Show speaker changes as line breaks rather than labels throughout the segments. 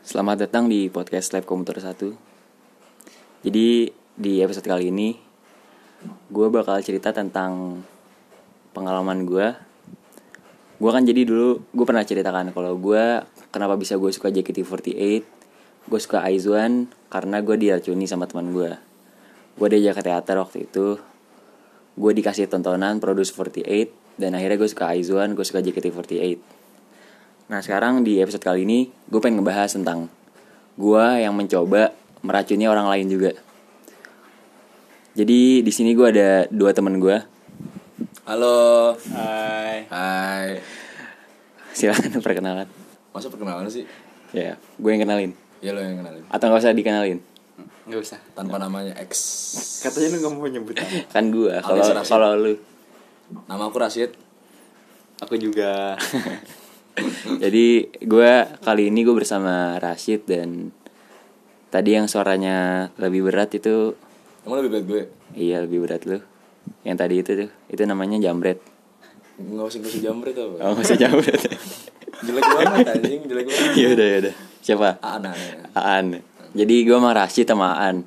Selamat datang di podcast Lab Komputer 1 Jadi di episode kali ini Gue bakal cerita tentang pengalaman gue Gue kan jadi dulu gue pernah ceritakan kalau gue kenapa bisa gue suka JKT48 Gue suka Aizwan karena gue diracuni sama teman gue Gue diajak ke teater waktu itu Gue dikasih tontonan Produce 48 Dan akhirnya gue suka Aizwan, gue suka JKT48 Nah sekarang di episode kali ini gue pengen ngebahas tentang gue yang mencoba meracuni orang lain juga. Jadi di sini gue ada dua temen gue.
Halo.
Hai.
Hai.
Silakan perkenalan.
Masa perkenalan sih?
Ya, gue yang kenalin.
Ya lo yang kenalin.
Atau nggak usah dikenalin.
Nggak usah.
Tanpa namanya X.
Katanya lu nggak mau nyebut nama.
Kan gue. Kalau
Alias Rasid.
kalau lu.
Nama aku Rashid.
Aku juga.
Jadi gue kali ini gue bersama Rashid dan tadi yang suaranya lebih berat itu
Emang lebih baik gue?
iya lebih berat lu. Yang tadi itu tuh itu namanya jambret.
Nggak usah ngasih jambret apa?
Oh, maksudnya jambret.
Jelek banget anjing, jelek banget.
ya udah ya udah. Siapa?
Ah, nah, nah.
Aan. Jadi gue sama Rashid sama Aan.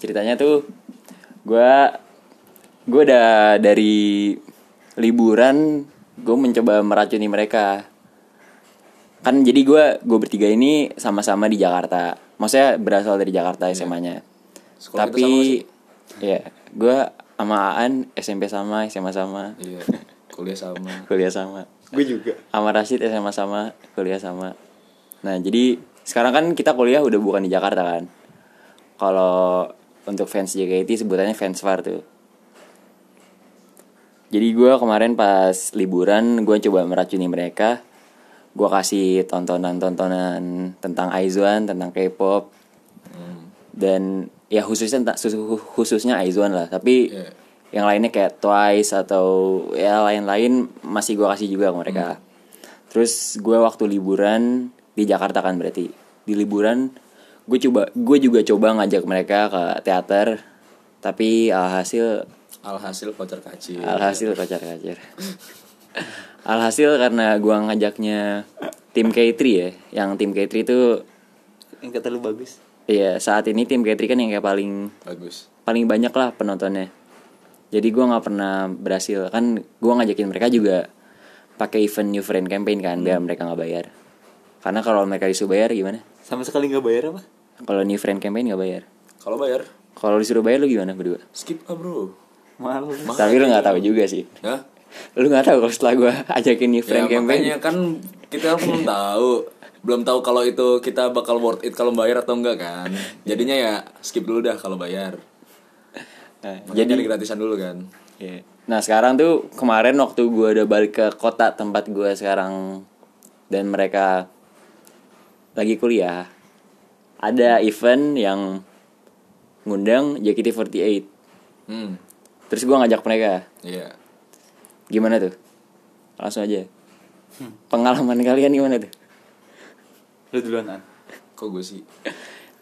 Ceritanya tuh gue gue udah dari liburan gue mencoba meracuni mereka. Kan jadi gue gue bertiga ini sama-sama di Jakarta. Maksudnya berasal dari Jakarta SMA-nya.
Iya. Sekolah kita
Tapi
sama nggak
ya gue sama Aan SMP sama SMA sama
Iya. Kuliah sama.
kuliah sama
Gue juga.
sama Rashid SMA sama kuliah sama nah jadi sekarang kan kita kuliah udah bukan di Jakarta kan kalau untuk fans JKT sebutannya fans far tuh jadi gue kemarin pas liburan gue coba meracuni mereka gue kasih tontonan-tontonan tentang Aizwan tentang K-pop dan ya khususnya tentang- khususnya Aizwan lah tapi
Iya.
yang lainnya kayak Twice atau ya lain-lain masih gue kasih juga ke mereka. Terus gue waktu liburan di Jakarta kan berarti di liburan gue coba gue juga coba ngajak mereka ke teater tapi alhasil
Alhasil kocar kaci.
alhasil kocar kacir alhasil karena gue ngajaknya tim K3 ya yang tim K3 itu
Yang kata lu bagus.
ya saat ini tim K3 kan yang kayak paling
Bagus.
paling banyak lah penontonnya jadi gue nggak pernah berhasil kan gue ngajakin mereka juga pakai event new friend campaign kan biar
Hmm.
mereka nggak bayar karena kalau mereka disuruh bayar gimana
Sama sekali nggak bayar apa?
kalau new friend campaign nggak bayar
Kalau bayar,
kalau disuruh bayar lu gimana berdua
skip ah, Bro.
Mahal.
tapi lu nggak tahu juga sih
Hah?
lu nggak tahu kalau setelah gue ajakin new friend
Ya,
campaign
makanya kan kita kan belum tahu belum tahu kalau itu kita bakal worth it kalau bayar atau enggak kan jadinya ya skip dulu dah kalau bayar
Nah,
jadi gratisan dulu kan
Iya. Nah sekarang tuh kemarin waktu gue udah balik ke kota tempat gue sekarang dan mereka lagi kuliah ada event yang ngundang JKT48
hmm
terus gue ngajak mereka
iya
gimana tuh langsung aja
Hmm.
pengalaman kalian gimana tuh
Lu duluan an.
kok gue sih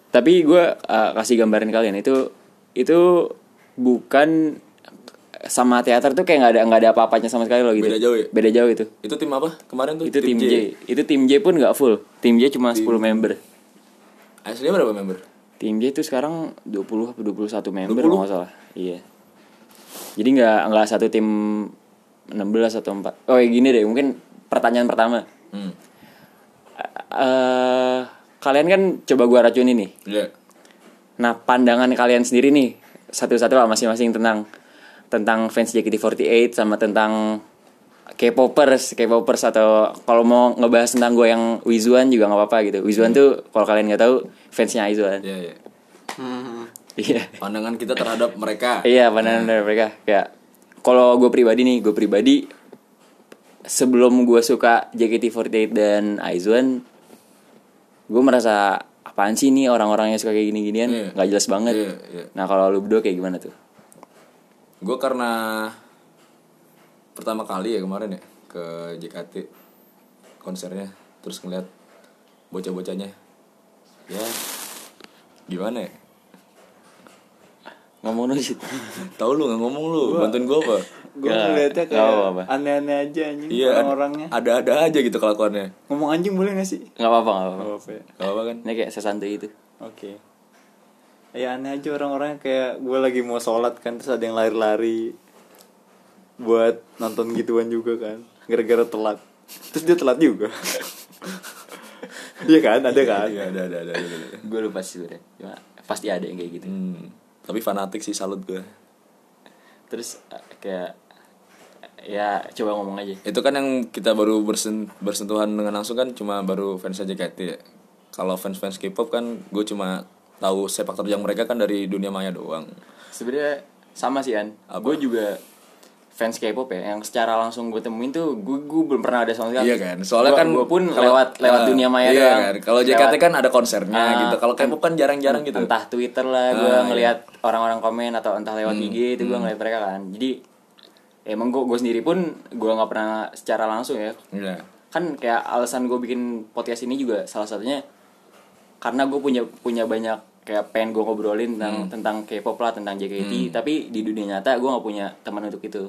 tapi gue uh, kasih gambaran kalian itu itu bukan sama teater tuh kayak nggak ada nggak ada apa-apanya sama sekali loh gitu
Beda jauh ya?
beda jauh itu
itu tim apa kemarin
Oh,
tuh
itu tim J. Itu tim J pun nggak full. Tim J cuma 10 member.
aslinya berapa member
Tim J itu sekarang 20 apa 21 member
20?
kalau nggak salah. Iya. Jadi nggak nggak satu tim 16 atau 4. Oh, ya gini deh, mungkin pertanyaan pertama.
hmm
Eh, kalian kan coba gua racunin nih.
iya
Nah, pandangan kalian sendiri nih satu-satu lah masing-masing tentang tentang fans JKT48 sama tentang K-popers, K-popers atau kalau mau ngebahas tentang gue yang Wizuan juga nggak apa-apa gitu. Wizuan tuh kalau kalian nggak tahu fansnya Aizuan.
Hmm. iya iya
Iya.
pandangan kita terhadap mereka
Iya, pandangan dari mereka kayak kalau gue pribadi nih, gue pribadi sebelum gue suka JKT48 dan Aizuan gue merasa apaan sih nih orang-orang yang suka kayak
Iya.
gini-ginian nggak jelas banget.
iya iya
Nah kalau lu berdua kayak gimana tuh?
gue karena pertama kali ya kemarin ya ke JKT konsernya terus ngeliat bocah-bocahnya ya gimana ya
ngomong dong Cid.
Tahu lu nggak ngomong lu, bantuin gua apa?
Gue
Nggak,
ngeliatnya
nggak
kayak
apa-apa.
aneh-aneh aja anjing
Iya, ad-
orang-orangnya.
ada-ada aja gitu kelakuannya.
Ngomong anjing boleh gak sih?
nggak apa-apa nggak apa-apa
Gak apa ya.
Gak apa kan?
ini kayak sesantai itu
Oke. Ya aneh aja orang-orangnya kayak gue lagi mau sholat kan terus ada yang lari-lari buat nonton gituan juga kan gara-gara telat terus dia telat juga iya kan ada kan
Iya, ada ada ada. ada, ada.
gue lupa sih udah cuma pasti ada yang kayak gitu
Hmm, tapi fanatik sih salut gua.
terus eh, kayak ya coba ngomong aja
Itu kan yang kita baru bersen- bersentuhan dengan langsung kan cuma baru fans aja JKT ya. Kalau fans-fans K-pop kan gue cuma tahu sepak terjang mereka kan dari dunia maya doang.
sebenarnya sama sih an gue juga fans K-pop ya yang secara langsung gue temuin tuh gue gue belum pernah ada sama sekali
Iya kan, soalnya kan
gue pun
kalau-
lewat lewat
Ah,
dunia maya
Iya
doang.
kan, kalau JKT
Lewat-
kan ada konsernya
Ah,
gitu. Kalau K-pop kan jarang-jarang gitu.
entah Twitter lah gue ngelihat orang-orang komen atau entah lewat IG itu gue ngeliat mereka kan jadi emang gue gue sendiri pun gue nggak pernah secara langsung ya
Iya.
kan kayak alasan gue bikin podcast ini juga salah satunya karena gue punya punya banyak kayak pengen gue ngobrolin tentang
Hmm.
tentang K-pop lah tentang JKT tapi di dunia nyata gue nggak punya teman untuk itu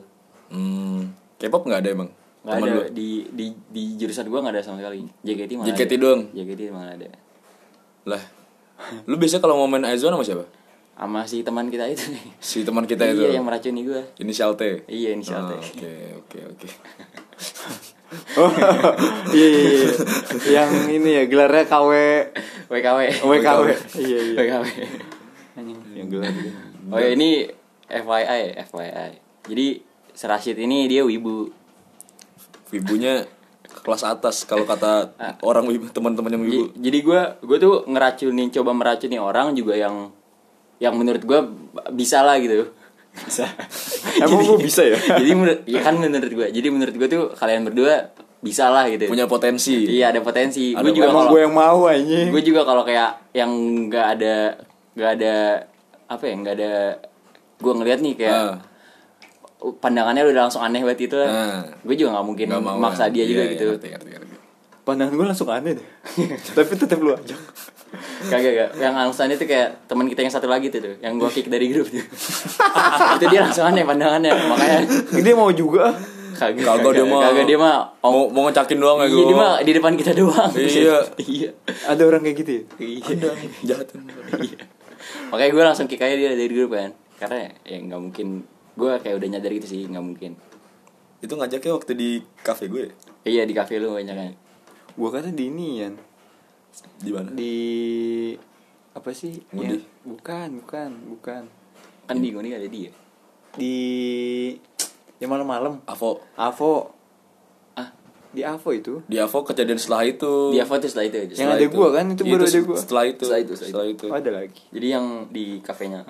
Hmm, K-pop nggak ada emang.
nggak
Temen
ada
lu?
di di di jurusan gue nggak ada sama sekali JKT malah
JKT
ada.
doang?
JKT malah ada
Lah. Lu biasanya kalau mau main Aizwan sama siapa?
sama si teman kita itu
Si teman kita itu.
iya yang meracuni gue
Inisial T.
Iya inisial
Ah,
T.
Oke, oke, oke.
Oh, iya iya iya. yang ini ya gelarnya KW
WKW.
WKW iya iya
WKW.
Anjing, yang gelar dia.
Oh ya, ini FYI, FYI. Jadi Serashid ini dia wibu.
Wibunya kelas atas kalau kata
Ah.
orang wibu, teman-teman yang wibu.
J- Jadi gue gue tuh ngeracunin coba meracuni orang juga yang yang menurut gue bisa lah gitu. Bisa.
Emang lu bisa ya?
Jadi menurut ya kan menurut gue. Jadi menurut gue tuh kalian berdua bisa lah gitu.
Punya potensi.
Iya ada potensi. Gue juga
emang
kalau-
gue yang mau anjing
gue juga kalau kayak yang nggak ada nggak ada apa ya nggak ada gue ngeliat nih kayak
Ah.
pandangannya udah langsung aneh banget
Iya.
gitu
Ah.
lah gue juga nggak mungkin
Nggak mau
maksa
kan?
dia juga
Iya, iya,
gitu
ngerti, ngerti, ngerti.
pandangan gue langsung aneh deh tapi tetap lu ajak
kagak kagak yang alasannya tuh kayak teman kita yang satu lagi tuh, tuh yang gue kick dari grup tuh itu dia langsung aneh pandangannya makanya
dia mau juga
kagak
Kagak dia mah.
kagak dia mah
Oh.
Mau
om
mau ngecakin doang
iya
ya gue.
dia mah di depan kita doang
Iya.
iya
ada orang kayak gitu ya
Ada jahat.
makanya gue langsung kick aja dia dari grup kan karena ya nggak mungkin gue kayak udah nyadar gitu sih nggak mungkin
Itu ngajaknya waktu di kafe gue.
Iya di kafe lu banyak kan.
gua kata di ini Yan.
Di mana?
di apa sih
Ngudi.
Yang- bukan bukan bukan
Kan di Goni ada dia.
di yang malam-malam
Avo.
Avo
Ah,
di Avo itu
Di Avo kejadian setelah itu.
di Avo tuh setelah itu.
Yang
Setelah-
ada gua kan, itu baru ada
se-
gua.
Setelah itu.
Setelah itu, setelah
itu.
Oh, ada lagi
Jadi yang di kafenya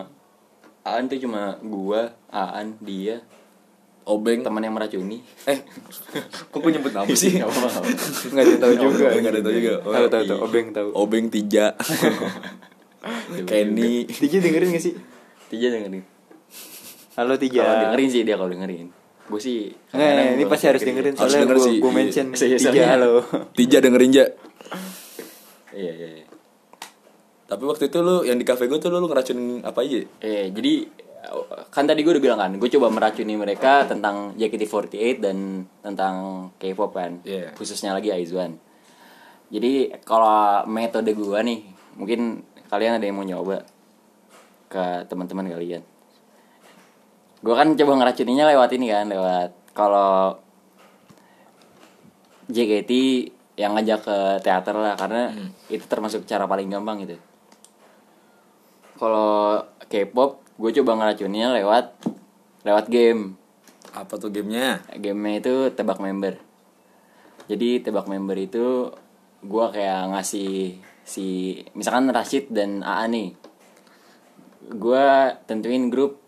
Aan tuh cuma gua, Aan, dia,
Obeng.
teman yang meracuni.
Eh, kok gue nyebut nama sih?
Gak apa-apa.
nggak ada tahu juga
Obeng ada tahu juga.
tahu tahu tahu obeng tahu
Obeng Tija. Kenny.
Tija dengerin gak sih
iya. Tija dengerin. Kalau
halo Tija
dengerin sih dia kalau dengerin. Gue sih kadang-kadang
Nggak, Iya. Eh, ini
gua gitu.
pasti gitu. harus dengerin
Harus
soalnya
denger
gua,
sih,
gua
iya.
mention
Iya,
Tija
soalnya.
halo
Tija dengerin Ja.
Iya, iya. iya.
Tapi waktu itu lu yang di kafe gue tuh lu, lu ngeracunin apa aja?
Eh, jadi kan tadi gue udah bilang kan, gue coba meracuni mereka tentang JKT48 dan tentang K-pop kan,
Iya.
khususnya lagi Aizwan. Jadi kalau metode gue nih, mungkin kalian ada yang mau nyoba ke teman-teman kalian. Gue kan coba ngeracuninya lewat ini kan, lewat kalau JKT yang ngajak ke teater lah, karena itu termasuk cara paling gampang gitu kalau K-pop gue coba ngeracuninnya lewat lewat game
Apa tuh gamenya?
gamenya itu tebak member jadi tebak member itu gue kayak ngasih si misalkan Rashid dan AA nih gue tentuin grup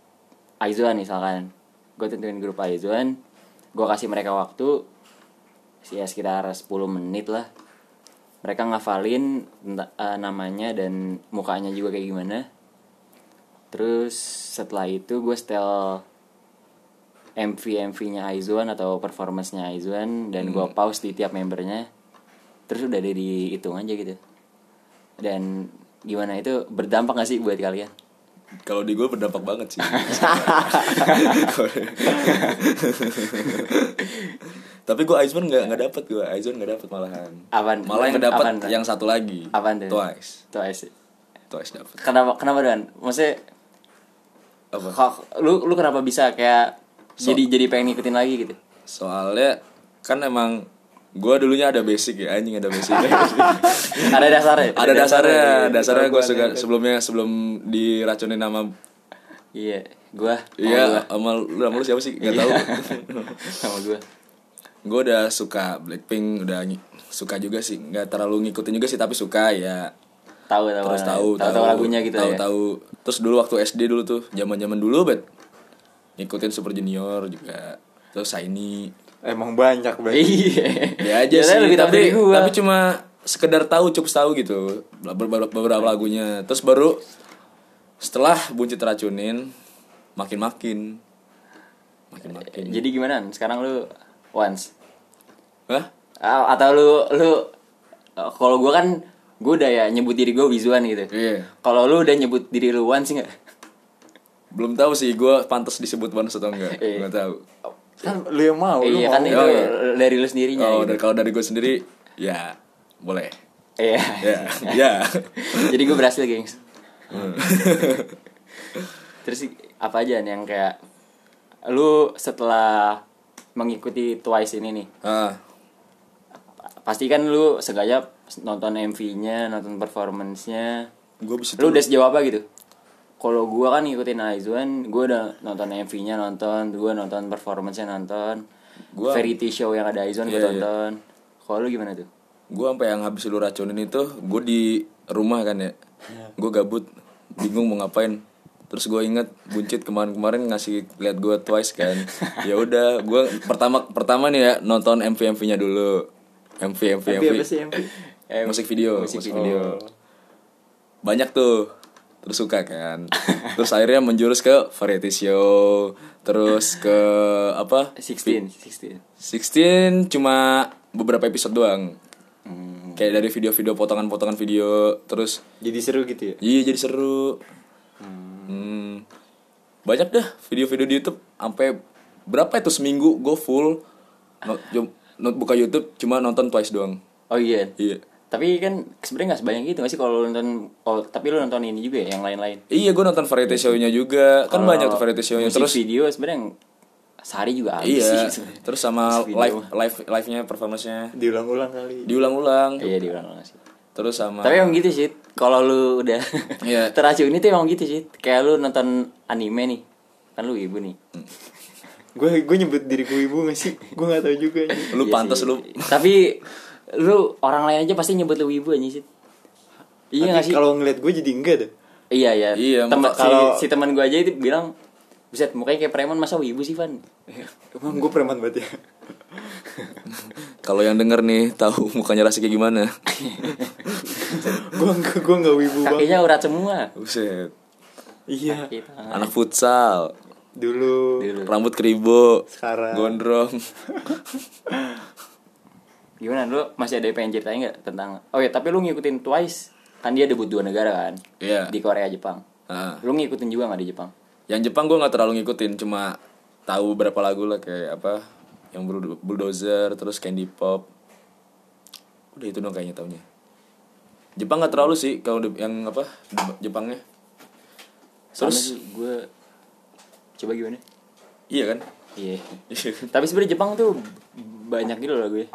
Aizwan misalkan gue tentuin grup Aizwan gue kasih mereka waktu ya sekitar 10 menit lah mereka ngafalin enta- eh, namanya dan mukanya juga kayak gimana terus setelah itu gue setel MV MV nya Aizwan atau performance nya Aizwan dan gue
Hmm.
pause di tiap membernya terus udah ada dihitung aja gitu dan gimana itu berdampak gak sih buat kalian
Kalau di gue berdampak banget sih. Tapi gue Aizwan nggak nggak dapet gue Aizwan nggak dapet malahan.
Apaan?
Malah yang
kan? Apaan
dapet
tuh?
yang satu lagi.
Apaan tuh?
Twice.
Twice.
Twice dapet.
Kenapa kenapa Dan? Maksudnya
Apa?
kok- lu lu kenapa bisa kayak
So-
jadi jadi pengen ngikutin lagi gitu?
Soalnya kan emang gue dulunya ada basic ya anjing ada basic.
Ada dasarnya.
ada dasarnya, dasarnya gue
Tahu gua
suka
ada.
sebelumnya sebelum diracunin nama
Iya, gua. sama gua.
Iya, sama lu, sama lu siapa sih?
Iya.
Gak tau
sama gua.
Gue udah suka Blackpink, udah ngi- suka juga sih Gak terlalu ngikutin juga sih, tapi suka ya
Tahu tahu.
Terus tahu
tahu lagunya gitu
tahu,
ya.
tahu. Terus dulu waktu SD dulu tuh, zaman zaman dulu bet Ngikutin Super Junior juga Terus Saini
Emang banyak banget.
Iya.
Ya aja
Jalannya
sih,
lebih tahu dari
tapi,
gua.
tapi cuma sekedar tahu, cukup tahu gitu beberapa, beberapa lagunya Terus baru setelah buncit racunin Makin-makin Makin-makin
Jadi gimana? Sekarang lu once.
Hah?
Ah, Atau lu lu eh, kalau gua kan gua udah ya nyebut diri gua Wizuan gitu.
Iya.
Kalau lu udah nyebut diri lu once enggak?
Belum tahu sih gue pantas disebut bonus atau enggak.
Iya.
Enggak tahu.
Kan lu yang mau, lu
iya
mau.
kan itu
Oh, iya.
dari lu sendirinya.
Oh,
gitu.
dari kalau dari gue sendiri ya boleh.
Iya.
Ya, Hmm. ya.
Jadi gue berhasil, gengs. Terus apa aja nih yang kayak lu setelah mengikuti Twice ini nih,
Ah,
pasti kan lu sengaja nonton MV-nya, nonton performance-nya.
gue bisa
Lu udah sejauh apa gitu? Kalau gua kan ngikutin Aizwan, gua udah nonton MV-nya nonton, gua nonton performance-nya nonton.
Gua-
Variety show yang ada Aizwan gua
Iya, iya.
tonton. Kalau lu gimana tuh?
gue sampai yang habis lu racunin itu gue di rumah kan ya gue gabut bingung mau ngapain terus gue inget buncit kemarin-kemarin ngasih lihat gue twice kan ya udah gue pertama pertama nih ya nonton MV MV nya dulu MV MV
MV
MV
apa sih, MV?
Eh,
musik video
musik
video banyak tuh terus suka kan terus akhirnya menjurus ke variety show terus ke apa
16, 16.
16 cuma beberapa episode doang.
Hmm.
Kayak dari video-video potongan-potongan video terus
Jadi seru gitu ya.
iya jadi seru. Hmm. Banyak dah video-video di YouTube sampai berapa itu seminggu gue full no- jo- no- buka YouTube cuma nonton twice doang.
Oh iya.
Iya.
Tapi kan sebenarnya nggak sebanyak itu nggak sih kalau lu nonton oh, tapi lu nonton ini juga ya yang lain-lain.
Iya gue nonton variety show-nya juga Kan
Kalau
banyak tuh variety
Oh,
show-nya
musik
Terus
video sebenarnya yang sehari juga habis
Iya
sih. sebenarnya.
Terus sama
Musik video.
live live live-nya performance-nya
Diulang-ulang kali.
Diulang-ulang
Iya diulang sih.
Terus sama
Tapi emang gitu sih. Kalau lu udah
Iya.
teracuni tuh emang gitu sih. Kayak lu nonton anime nih. Kan lu ibu nih.
Gue gue nyebut diri gue ibu gak sih? Gue gak tahu juga. anjing.
Iya
Lu pantas
sih.
lu
Tapi lu orang lain aja pasti nyebut lu ibu aja sih. Iya
Tapi
nggak sih?
Kalau ngeliat gue jadi enggak deh.
Iya ya.
Iya,
Temen-
maka-
si,
kalau-
si teman gua aja itu bilang, "Buset, mukanya kayak preman masa ibu sih, Van?"
Emang gue preman banget ya.
Kalau yang denger nih tahu mukanya rasi kayak gimana.
gue enggak gue enggak wibu banget.
Kakinya urat semua. Gitu.
Buset.
Iya.
Kaki tangan.
Anak futsal,
Dulu.
rambut keribo,
Sekarang.
gondrong.
Gimana lu masih ada yang pengen ceritain nggak tentang Oh ya, tapi lu ngikutin Twice. Kan dia debut dua negara kan?
Iya.
Di Korea, Jepang.
Nah,
Lu ngikutin juga nggak di Jepang?
yang Jepang gue nggak terlalu ngikutin, cuma tahu beberapa lagu lah kayak apa yang Bulldo- bulldozer terus candy pop udah itu dong kayaknya taunya Jepang nggak terlalu sih kalau de- yang apa de- Jepangnya
Terus
terus
gue coba gimana?
iya kan
Iya. Tapi sebenarnya Jepang tuh banyak gitu loh gue.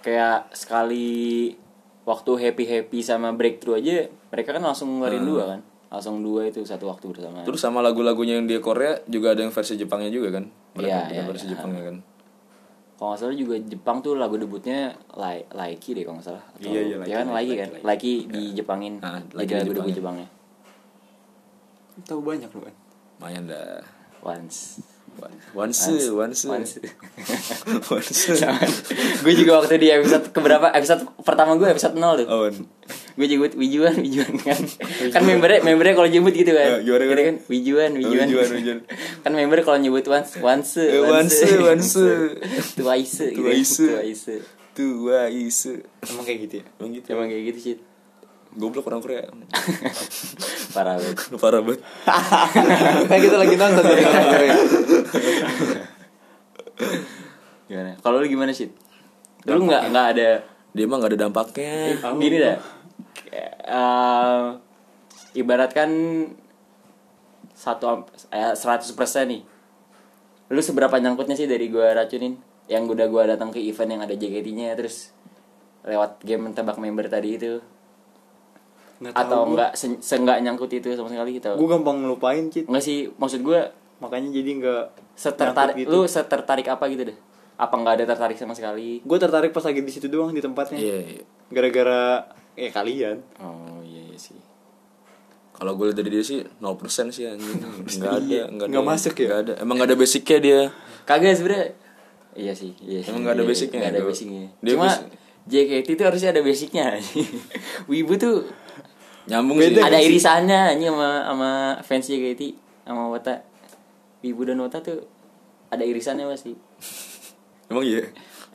Kayak sekali waktu happy happy sama breakthrough aja, mereka kan langsung ngeluarin dua kan, langsung dua itu satu waktu bersama.
Hmm. terus sama lagu-lagunya yang di Korea juga ada yang versi Jepangnya juga kan Mereka
Iya,
bikin
iya,
versi
iya.
Jepangnya kan
Kalau nggak salah juga Jepang tuh lagu debutnya Lai Laiki deh kalau nggak salah. Atau,
Iya, iya,
ya kan
Laiki,
Laiki kan,
Laiki,
Laiki di Jepangin,
Ah, Laiki
jadi
di
lagu debut
Jepangin.
Jepangnya.
Tahu banyak lu kan.
Mayan dah.
Once.
Once, once,
Once.
once.
gue juga waktu di episode keberapa episode pertama gue episode 0 tuh.
Owen.
gue jemput wijuan wijuan kan kan membernya membernya kalau jemput gitu kan
Eh, gimana, gimana?
Gitu kan wijuan wijuan
Oh, Wijuan, wijuan.
kan member kalau nyebut once once
Eh, once, once.
twice gitu
Twice.
twice
Tua isu.
Emang kayak gitu ya.
Emang gitu.
emang kayak gitu sih
goblok orang Korea
parah banget
parah banget Nah,
kayak kita lagi nonton dari Korea.
gimana kalau lu gimana sih lu nggak nggak ada
dia mah nggak ada dampaknya
gini dah Kayak, eh, ibaratkan satu eh, seratus persen nih lu seberapa nyangkutnya sih dari gua racunin yang udah gua datang ke event yang ada JKT-nya terus lewat game tebak member tadi itu
Nggak tahu
atau
gua.
enggak se- seenggak nyangkut itu sama sekali gitu
Gue gampang ngelupain cit,
enggak sih maksud gua
makanya jadi nggak
setertarik
nyangkut
lu
gitu.
setertarik apa gitu deh apa nggak ada tertarik sama sekali
Gue tertarik pas lagi di situ doang di tempatnya.
iya iya.
Gara-gara eh kalian.
oh iya, iya sih
kalau gue lihat dari dia sih 0% sih anjing nggak ada nggak
Iya.
ada
Nggak masuk ya?
nggak ada emang nggak ada basicnya dia
kagak sebenernya iya sih iya sih.
Emang nggak ada
Iya,
basicnya
nggak ada
itu?
basicnya
Dia
cuma
basic.
JKT itu harusnya ada basicnya wibu tuh
nyambung sih
ada irisannya ini sama sama fans JKT sama Wata wibu dan Wata tuh ada irisannya pasti
emang iya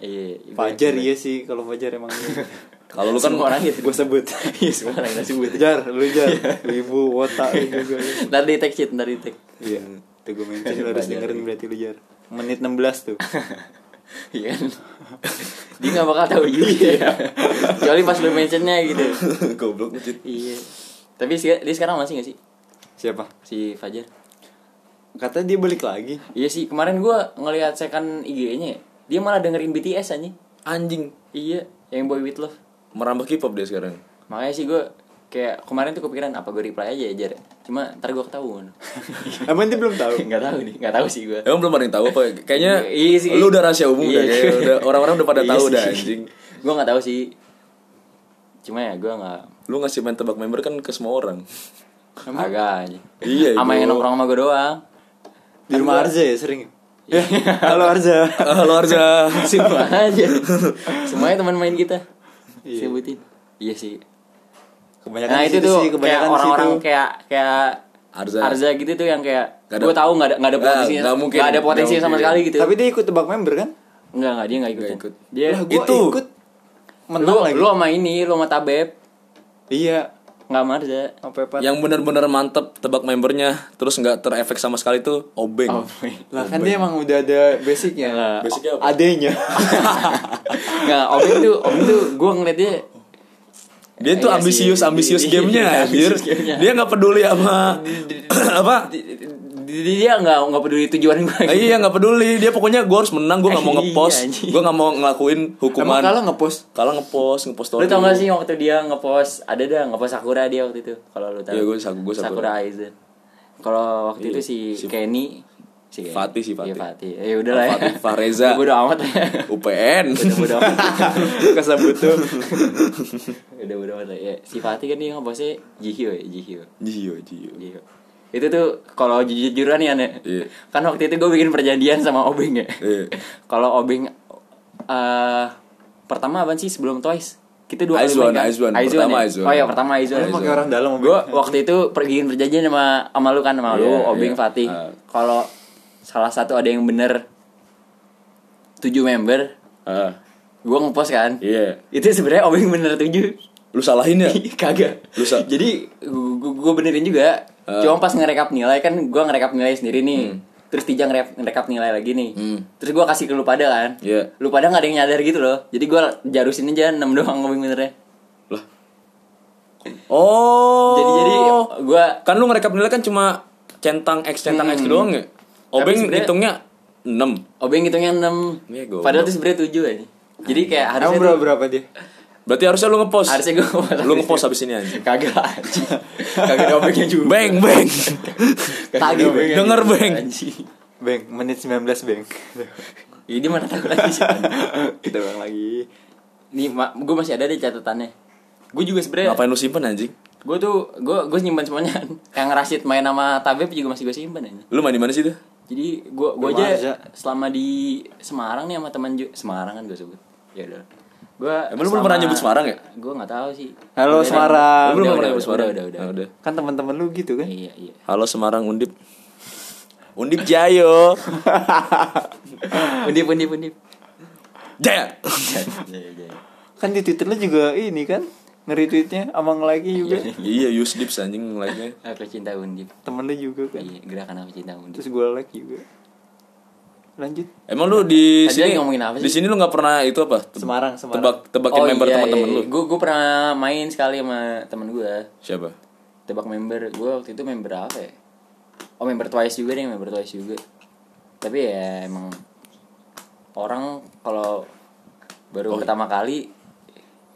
iya gue-
Fajar iya sih kalau Fajar emang iya.
kalau lu kan
Semua orang gitu
gue sebut.
iya semua orang kita sebut
Jar, lu jar, ibu wota lu juga. ya.
ntar di tag sheet ntar di tag
Iya. Itu gue mention lu harus
Fajar.
dengerin berarti lu jar. Menit 16 tuh.
Iya kan? Dia gak bakal tahu juga ya. Kecuali pas lu mentionnya gitu.
Iya. goblok Cid.
Iya. Tapi se- dia sekarang masih gak sih?
Siapa?
Si Fajar?
Katanya dia balik lagi.
Iya sih, kemarin gua ngelihat second IG-nya. ya. Dia malah dengerin BTS anjing.
anjing
Iya, yang Boy With Love.
merambah K-pop dia sekarang
Makanya sih gua kayak kemarin tuh kepikiran apa gue reply aja ya Jar. Cuma ntar gua ketahuan.
Emang dia Ah, belum tahu.
Gak tahu nih, gak tahu sih gua.
emang belum ada yang tahu apa kayaknya
Iya sih.
lu udah rahasia umum
Iya.
dah kayaknya udah orang-orang udah pada
Iya
tahu
sih.
dah anjing
Gua nggak tahu sih. Cuma ya gua nggak
lu ngasih main tebak member kan ke semua orang
agak aja.
Iya,
Sama
gua-
yang nongkrong sama gua doang. Iya.
Di rumah Arza ya sering. Ya, halo Arza.
halo Arza
semua aja semuanya teman main kita
Iya.
sebutin iya sih
Kebanyakan
nah
Ya kan, di
itu
situ
tuh
sih,
kayak
kebanyakan di
orang-orang
situ.
kayak kayak
Arza.
Arza gitu tuh yang kayak
Nggak ada-
gue tahu nggak ada nggak ada
Nggak,
potensinya
nggak mungkin,
ada
nggak
potensi sama
mungkin.
sekali gitu
iya. Tapi dia ikut tebak member kan?
nggak nggak dia nggak ikut,
Nggak ikut.
dia
Lah, gua
itu.
ikut
lu
menang lagi.
lu sama ini lu sama Tabeb
Iya,
nggak sama Arza
apa apa.
Ya.
yang benar-benar mantep tebak membernya terus nggak terefek sama sekali tuh obeng
Oh, iya.
Lah kan dia emang udah ada
Lah,
basicnya. Iya,
basicnya apa?
Adanya.
nggak Obeng tuh Obeng tuh gue ngeliat dia
dia
Iya
tuh
sih,
ambisius
iya, iya,
ambisius
iya,
gamenya anjir
ambisius gamenya.
dia nggak peduli sama apa
dia dia nggak nggak peduli tujuan gitu. gue
Eh, iya nggak peduli dia pokoknya gue harus menang gue nggak
Iya,
mau ngepost
anjing.
gue nggak mau ngelakuin
Emang
hukuman
kalah ngepost.
kalau ngepost ngepost
Lu tau gak sih waktu dia ngepost Ada dah ngepost Sakura dia waktu itu Kalau lu tau
Iya, gua Saku- gua Sakura.
Sakura Aizen Kalau waktu
Iya,
itu si,
si-
Kenny Si Kenny.
Fatih, si
Iya
Fatih.
Fatih Ya udah lah ya
Fatih Fareza.
Udah Bodo amat lah ya
UPN
Udah bodo amat
Kesebut tuh.
Udah bodo amat lah ya Si Fatih kan dia ngepostnya Jihyo ya Jihyo
jio jio
Jihyo itu tuh kalau jujur-jujuran ya Nek
Iya.
Kan waktu itu gue bikin perjanjian sama Obeng ya
Iya.
Kalau Obeng eh Pertama apaan sih sebelum Twice? Kita dua
Aizwan,
main, kan?
Aizwan.
Aizwan
Pertama
ya?
Aizwan.
Oh iya pertama Aizwan
Lu pakai orang dalam mobil.
gue waktu itu pergi berjanjian sama sama lu kan sama lu
Iya,
obeng
iya.
fatih
Ah.
kalau salah satu ada yang bener tujuh member
ah
gue ngepost kan
iya
itu sebenarnya obeng bener tujuh
lu salahin ya
kagak
Lu sa-
jadi gue benerin juga
Ah.
cuma pas ngerekap nilai kan gue ngerekap nilai sendiri nih terus tijang ngerekap, ngerekap nilai lagi nih
Hmm.
terus gue kasih ke lu pada kan
Iya.
lu pada nggak ada yang nyadar gitu loh jadi gue jarusin aja enam doang obeng benernya
lah oh
jadi jadi gue
kan lu ngerekap nilai kan cuma centang x centang x doang ya obeng
Hmm. sebenarnya-
hitungnya 6
Obeng Oh, hitungnya 6
Iya, goblok.
Padahal itu sebenernya 7 aja Jadi kayak
Emang
harusnya
berapa
tuh-
berapa dia?
berarti harusnya lu ngepost
Harusnya gue
lu ngepost habis ini anjing
Kagak anjing. Kagak ada obengnya juga
beng beng
Kagak ada
Tagih, Beng.
obengnya
Denger,
juga,
Beng.
anjing.
Bang, menit 19 bang.
Ini mana tahu lagi sih
Kita bang lagi.
Nih gue masih ada deh catatannya Gue juga sebenernya
ngapain lu simpen anjing
Gue tuh Gue gue nyimpan semuanya Yang Rashid main sama Tabib juga masih gue simpan aja
lu main di mana sih tuh
Jadi gue gue
Rumah
aja
Arza.
selama di Semarang nih sama teman ju- Semarang kan gue sebut Ya udah Gue
Emang Eh, lu belum pernah nyebut Semarang ya?
Gue gak tahu sih
Halo,
Udah,
Semarang.
Ah, udah, udah,
lu belum pernah
udah,
nyebut Semarang
Udah udah
Ah,
udah
udah
Kan teman-teman lu gitu kan?
Iya iya
halo Semarang Undip Undip Jayo
Undip undip undip
Jaya
Iya, iya, iya.
Kan di Twitter lu juga ini kan? nge-retweetnya sama nge-like juga
iya use dips anjing like-nya
Aku cinta undip.
temen lu juga kan
Iya, gerakan aku cinta undip.
terus gue like juga lanjut
Emang lu di
Tadi
sini
lagi ngomongin apa sih?
Di sini lu nggak pernah itu apa? Te-
Semarang, Semarang.
Tebak tebakin
Oh, iya,
member teman-teman lu.
Gue gue pernah main sekali sama temen gue.
Siapa?
Tebak member gue waktu itu member apa ya? Oh member Twice juga deh, member Twice juga. Tapi ya emang orang kalau
Oh, iya.
baru pertama kali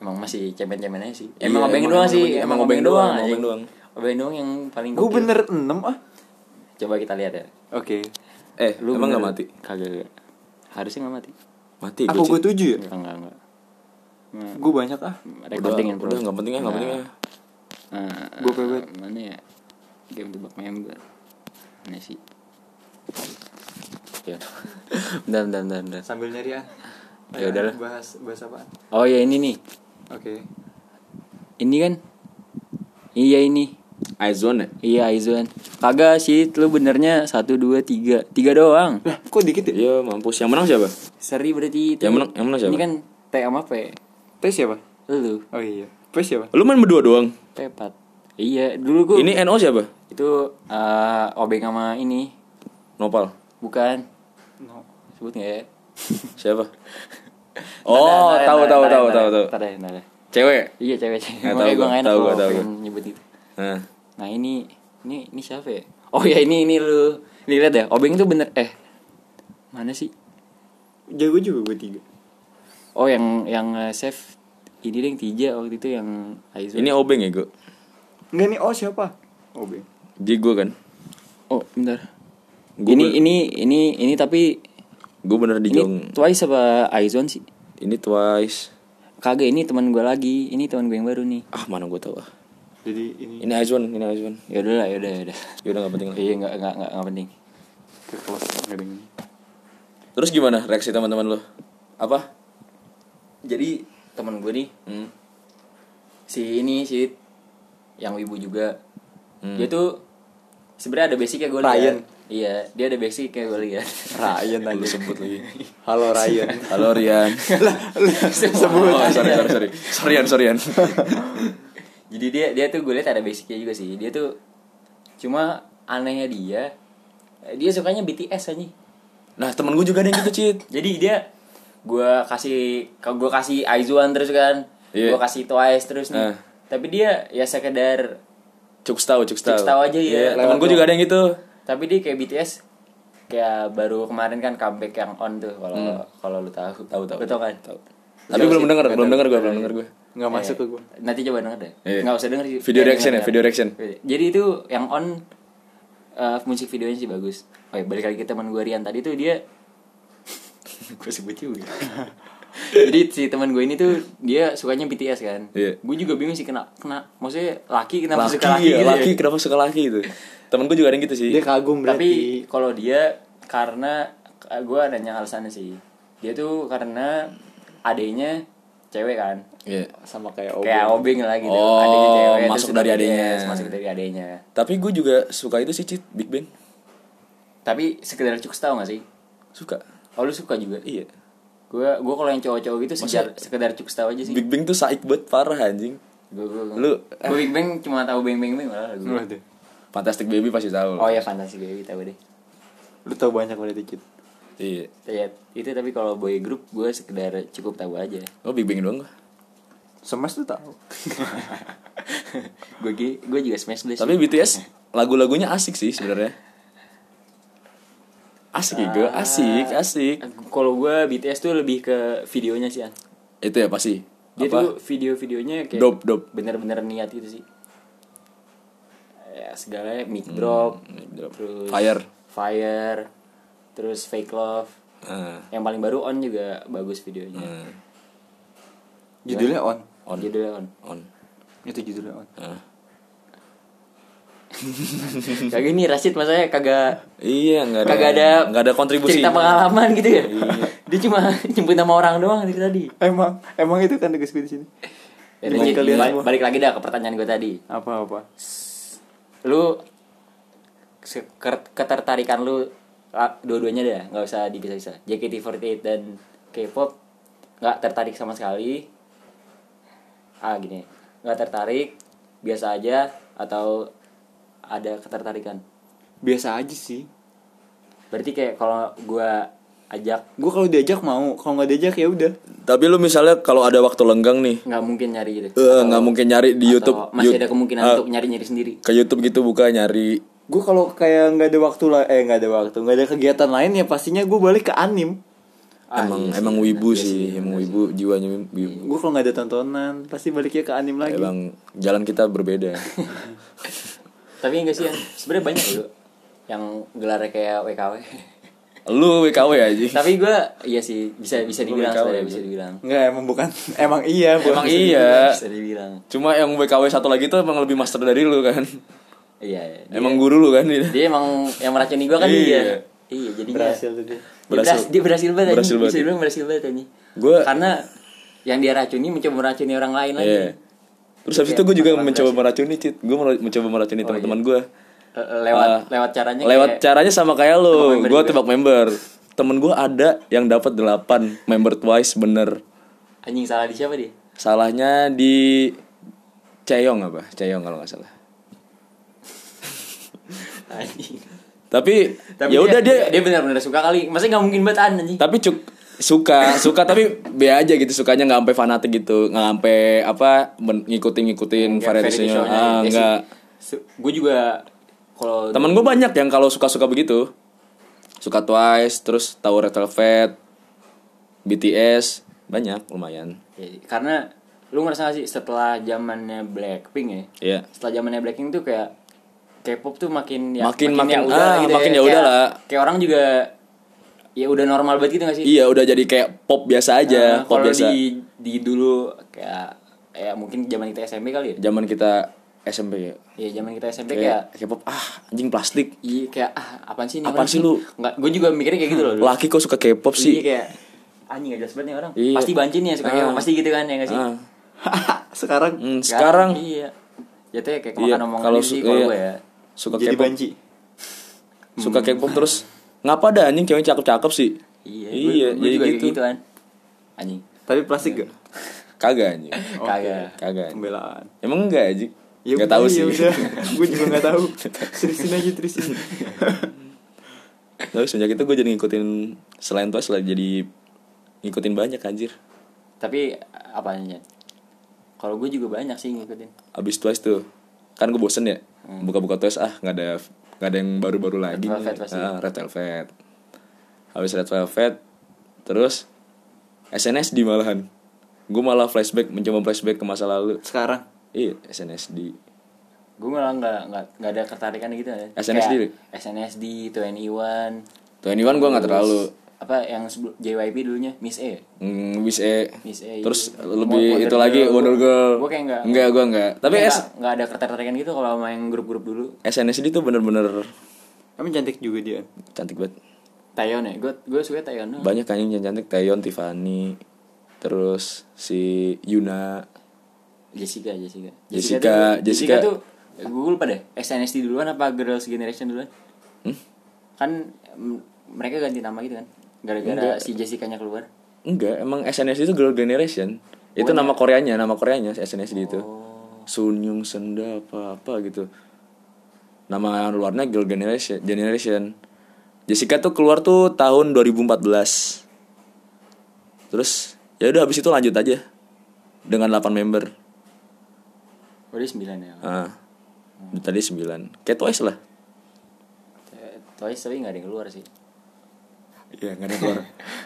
emang masih cemen-cemen aja sih. Emang
Iya,
obengin
emang-
doang
emang
sih,
obeng-
emang
emang
obengin
obeng doang,
doang.
emang
anjing.
obeng doang.
Obengin doang yang paling
gue
gokil.
bener 6 ah
Coba kita lihat ya.
oke
Eh,
Lu
emang
bener-
nggak mati?
Kagak. Harusnya nggak mati.
Mati
apa gue tujuh ya
Enggak, enggak, enggak.
gue banyak ah
Recording in
Udah
progress.
nggak penting ya, nggak penting ya.
gue pebet mana ya game tebak member mana sih ya bentar bentar bentar, bentar.
sambil nyari ah
Ya udahlah.
bahas bahas apa
oh ya ini nih
oke
ini kan iya ini
Aizone.
iya Aizwan kagak sih lu benernya satu dua tiga tiga doang
lah kok dikit ya
Iya, mampus. Yang menang siapa?
seri berarti itu
Yang menang- yang menang siapa?
ini kan T sama P
P siapa
lu
oh iya P siapa
Lu main berdua doang.
P4 iya dulu gua
Ini NO siapa?
itu eh, obeng sama ini
Nopal.
bukan
no
sebut nggak ya
Siapa? Oh,
Ntar deh,
tahu
ntar deh,
tahu
ntar
tahu
deh,
tahu tahu.
ntar deh, ntar deh.
Cewek.
Iya cewek cewek.
Ya, tahu
Makanya gue
gua,
nggak enak
tahu
kalau
gua, tahu
pengen nyebut itu.
Nah,
Nah ini ini ini siapa ya? Oh ya ini ini lu. Ini lihat ya, Obeng tuh bener eh mana sih?
jago juga gue tiga
Oh yang yang eh, save ini deh yang tiga waktu itu yang Aizwan.
ini obeng ya, gue.
enggak nih oh siapa Obe
Jadi gue kan.
oh bentar.
Gua
ini
ber-
ini ini ini tapi
Gue bener di
ini
Jong.
Twice apa Aizwan sih?
Ini Twice.
Kagak ini teman gue lagi, ini teman gue yang baru nih.
Ah, mana gue tahu ah.
jadi ini
Ini Aizone, ini Aizone.
Ya udah lah, ya udah ya udah.
Ya udah nggak penting lah.
Iya nggak nggak nggak nggak penting.
ke kelas kadang
Terus gimana reaksi teman-teman lu? Apa?
Jadi teman gue nih
Hmm.
si ini si yang wibu juga
Hmm.
dia tuh sebenarnya ada basic ya gue
Ryan.
lihat iya dia ada basic ya gue lihat
Ryan
Lu
aja
sebut lagi.
halo Ryan
Halo Rian.
sebelum
Oh, sorry sorry sorry. Sorryan, sorryan.
jadi dia dia tuh gue lihat ada basicnya juga sih dia tuh cuma anehnya dia eh, dia sukanya BTS aja
Nah, temen gue juga ada yang gitu, Cit.
jadi dia gue kasih gue kasih Aizuan terus kan
Iya.
gue kasih Twice terus nih
Ah.
tapi dia ya sekedar
Cukup tahu, cukup tahu.
Cukup tahu aja, ya.
Iya, temen
Lewat
gue
doang.
juga ada yang gitu.
tapi dia kayak BTS kayak baru kemarin kan comeback yang on tuh kalau kalau lu tahu
Hmm. Tahu, tahu.
Lu tahu kan
Tahu.
Lu
Tapi
tahu
belum
sih?
denger,
Nggak
belum
tahu.
denger gue, belum denger gue.
nggak masuk ke gue
Eh, nanti coba denger deh
Iya.
nggak usah denger sih
Video
Kayak
reaction ya,
denger.
video reaction.
jadi itu yang on eh, musik videonya sih bagus oh ya, balik lagi ke teman gue Rian tadi tuh dia gue sebut juga jadi si teman gue ini tuh dia sukanya BTS kan
Iya.
gue juga bingung sih kena kena maksudnya laki kenapa
Laki,
suka laki
ya,
gitu ya.
laki kenapa suka laki itu? Temen gue juga ada yang gitu sih.
dia
tapi
kagum berarti
kalau dia karena gue nanya alasannya sih dia tuh karena adanya cewek kan
Iya.
sama kayak
kayak
Obe
obeng lah gitu
Oh,
adanya cewek
masuk
terus
dari
udah
adenya.
BTS, masuk dari adanya
Tapi gue juga suka itu sih, Cit. Big Bang.
tapi sekedar cukup tau gak sih
Suka.
oh lu suka juga
Iya.
gue gue kalau yang cowok-cowok gitu sekedar sekedar cukup tau aja sih
Big Bang tuh saik banget parah anjing.
gue gue
Lu
gue big bang cuma tahu bang bang bang malah gue
Waduh.
Fantastic Baby pasti tahu.
oh ya fantasi baby tahu deh
lu tau banyak berarti dikit
Iya.
ya, itu tapi kalau boy group gue sekedar cukup tahu aja
Oh, Big Bang doang. gua.
semas tuh tau
gue gue juga smash blast
Tapi BTS lagu-lagunya asik sih sebenarnya. Asik ya, gua. asik, asik.
Kalau gue BTS tuh lebih ke videonya sih An.
Itu ya pasti.
Dia
Apa?
tuh video-videonya kayak
Dop, dop.
bener-bener niat gitu sih. Ya segalanya mic drop,
Hmm, drop.
terus
Fire.
fire, terus fake love.
Ah,
Yang paling baru on juga bagus videonya.
ah,
judulnya on
Hmm, on.
Judulnya on.
On.
itu judulnya on
Ah.
Kayak gini Rashid masanya kagak
Iya, nggak ada.
kagak ada
nggak ada kontribusi.
cerita pengalaman gitu ya.
Iya.
Dia cuma nyebut nama orang doang dari tadi.
emang emang itu kan tugas gue di sini
Ya,
Cuma
Rashid,
kalian
balik,
semua.
balik lagi dah ke pertanyaan gue tadi.
apa apa
lu se- ker- ketertarikan lu ah, dua-duanya dah nggak usah dipisah-pisah JKT48 dan K-pop nggak tertarik sama sekali ah gini nggak tertarik biasa aja atau ada ketertarikan
biasa aja sih
berarti kayak kalau gua ajak
gue kalau diajak mau kalau nggak diajak ya udah
Tapi lu misalnya kalau ada waktu lenggang nih,
nggak mungkin nyari gitu
eh, nggak mungkin nyari di YouTube.
Atau masih
Yut-
ada kemungkinan
eh,
untuk nyari nyari sendiri
ke YouTube gitu buka nyari.
gue kalau kayak nggak ada waktu lah eh nggak ada waktu nggak ada kegiatan lain ya pastinya gue balik ke anim
Ah,
emang
iya
emang
sih,
wibu
iya
sih, emang wibu jiwanya wibu.
gue kalau nggak ada tontonan pasti baliknya ke anim
Iya.
lagi
Emang jalan kita berbeda.
tapi enggak sih ya sebenarnya banyak loh yang gelarnya kayak WKW
lu WKW aja.
tapi gua iya sih bisa bisa
Lu
dibilang
WKW,
sebenarnya
Bro.
bisa dibilang
nggak emang bukan emang iya bukan.
Emang iya.
bisa dibilang
Cuma yang WKW satu lagi tuh emang lebih master dari lu kan.
iya iya. dia,
Emang guru lu kan dia.
dia emang yang meracuni gua kan
Iya.
dia iya jadi
berhasil tadi
Berhasil.
dia berhasil banget
Berhasil
berhasil
banget.
bisa dibilang berhasil banget ini
Gua-
karena yang dia racuni mencoba meracuni orang lain lagi
Iya. Terus habis
Iya,
itu gue juga
kan-
mencoba meracuni cit. Gue mencoba
Oh,
meracuni teman-teman gue.
Le- Eh, lewat lewat caranya
Eh, Ah. Lewat
kayak,
caranya sama kayak lu.
member
Gue
juga.
tebak member. Temen gue ada yang dapat 8 member Twice bener.
anjing salah di siapa dia
Salahnya di Ceyong apa? Ceyong kalau nggak salah.
anjing
Tapi,
tapi
ya udah dia,
dia benar-benar suka kali masa nggak mungkin banget an, anjing
tapi cuk suka suka tapi be aja gitu sukanya nggak sampai fanatik gitu nggak sampai apa men- ngikutin ngikutin variety
Iya
show ah nggak
gue juga kalau
Temen gue banyak yang kalau suka-suka begitu Suka Twice, terus tahu Red Velvet BTS, banyak lumayan
Ya, karena lu ngerasa gak sih setelah zamannya Blackpink ya
Iya
setelah zamannya Blackpink tuh kayak K-pop tuh makin ya
Makin- makin-
yaudah
ah, makin
Kayak-
yaudahlah.
kayak orang juga ya udah normal banget gitu gak sih
Iya udah jadi kayak pop biasa
Nah,
aja Pop
kalau
biasa
di di dulu kayak ya mungkin zaman kita SMP kali ya
Zaman kita SMP ya
ya zaman kita SMP kayak
Kayak K-pop, ah anjing plastik
iya kayak ah apaan sih ini orang
Apaan sih lu?
nggak gue juga mikirnya kayak gitu loh dulu.
Laki kok suka K-pop
iya
sih
kayak anjing gak jelas banget nih orang
Iya.
pasti banci nih yang suka
Ah.
K-pop, pasti gitu kan ya gak sih
Ah,
sekarang
hmm, Sekarang
iya jatuhnya kayak
iya,
kemakan omongan
kalau
ini sih
su-
kalau
iya,
gue ya
Suka
jadi
K-pop
banci Hmm.
Suka K-pop terus Ngapa ada anjing cewek cakep-cakep sih
Iya,
Iya,
gue,
jadi
juga
gitu.
gitu. kan. Anjing.
tapi plastik gak
Kagak anjing
Oh, Kagak.
Kagak anjing.
pembelaan
Emang enggak anjing
ya
Nggak
udah,
tahu
ya
sih
udah gue juga nggak tahu terusin aja terusin
Tapi sejak itu gue jadi ngikutin selain Twice lah jadi ngikutin banyak anjir.
Tapi apanya? Kalau gue juga banyak sih ngikutin.
Abis Twice tuh kan gue bosen ya buka-buka Twice ah nggak ada nggak ada yang baru-baru lagi.
Hmm. Red Velvet
nih.
pasti.
Ah, Red Velvet. Abis Red Velvet terus SNSD malahan. Gue malah flashback mencoba flashback ke masa lalu.
sekarang
Iya SNSD.
Gue malah nggak nggak nggak ada ketarikan gitu ya.
SNSD?
Kayak SNSD, 21
Twenty One gue nggak terlalu.
apa yang sebelum JYP dulunya Miss A. ya?
Mm, Miss E.
Miss A.
Terus
Wonder
lebih itu
Girl.
lagi Wonder Girl.
Gue kayak nggak.
Enggak gue nggak. Tapi
Tapi
S-
nggak ada ketertarikan gitu kalau main grup-grup dulu.
SNSD tuh bener-bener
emang cantik juga dia
cantik banget.
Taeyeon ya. Gue gue suka Taeyeon. doang.
banyak kan yang cantik Taeyeon Tiffany terus si Yuna
Jessica, Jessica.
Jessica,
tuh,
Jessica.
Jessica tuh gue lupa deh. SNSD duluan apa Girls Generation duluan?
Hmm?
Kan m- mereka ganti nama gitu kan.
Enggak.
Gara-gara si Jessica-nya keluar.
enggak emang SNSD itu Girl Generation itu nama Koreanya nama Koreanya SNSD itu
Oh.
Sunyung Senda apa apa gitu nama luarnya Girl Generation Generation Jessica tuh keluar tuh tahun 2014 terus ya udah habis itu lanjut aja dengan 8 member
Oh, dia 9 ya.
ah tadi 9 kayak Twice lah
Eh, Twice tapi enggak ada yang keluar sih.
Iya nggak ada yang keluar.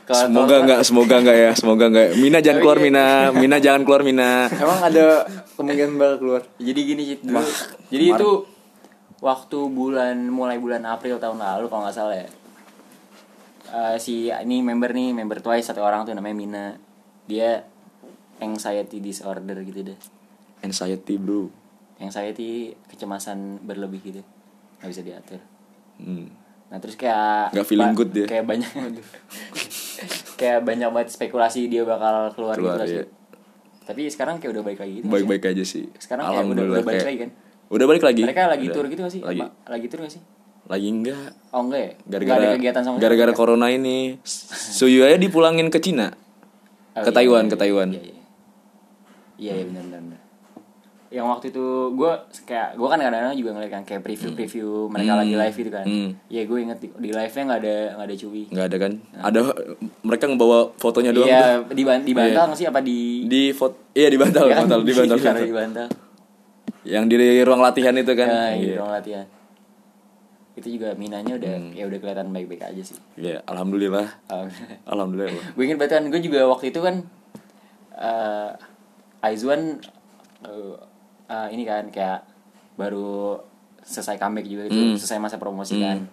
Kalau keluar-
semoga
Oh, iya.
nggak, semoga nggak ya, semoga nggak. Mina jangan keluar Mina, Mina jangan keluar Mina.
emang ada Eh, kemungkinan bakal keluar
Jadi gini Cid, dulu. jadi itu waktu bulan mulai bulan April tahun lalu kalau nggak salah ya. Eh, si ini member nih, member Twice satu orang tuh namanya Mina. Dia anxiety disorder gitu deh.
Anxiety bro.
anxiety kecemasan berlebih gitu nggak bisa diatur
Hmm.
nah terus kayak
Nggak feeling
ba-
good dia.
kayak banyak kayak banyak banget spekulasi dia bakal keluar,
Keluar,
gitu lah sih.
iya.
tapi sekarang kayak udah balik lagi gitu nggak sih?
Baik-baik aja sih.
Sekarang kayak udah- udah balik lagi kan?
Udah balik lagi.
mereka lagi
Udah.
tour gitu gak sih
Lagi,
Ma- lagi tour gak sih
lagi enggak.
oh enggak ya
Gara-gara
Nggak ada kegiatan sama sekali
gara-gara
ya?
corona ini. Suyu aja dipulangin ke Cina.
Oh,
ke
iya,
Taiwan,
iya,
ke Taiwan.
iya iya iya, iya benar benar benar. yang waktu itu gue kayak gue kan kadang-kadang juga ngeliat kan kayak preview-preview mereka lagi live gitu kan.
Hmm.
Iya gue inget di, di live-nya nggak ada nggak ada cuy.
nggak ada kan ada mereka ngebawa fotonya doang
Nah. Iya
tuh.
di, ban- di bantal
Iya.
nggak sih apa di
di foto iya di bantal
Iya kan?
bantal di bantal,
Ditaruh di
bantal.
bantal.
yang di ruang latihan itu kan
Ya, di
iya Hmm.
ruang latihan. Itu juga minanya udah ya udah kelihatan baik-baik aja sih.
Iya, alhamdulillah
Alhamdulillah.
alhamdulillah
gue ingin bantuan gue juga waktu itu kan eh Aizwan eh, eh, ini kan kayak baru selesai comeback juga
Hmm.
gitu, selesai masa promosi kan.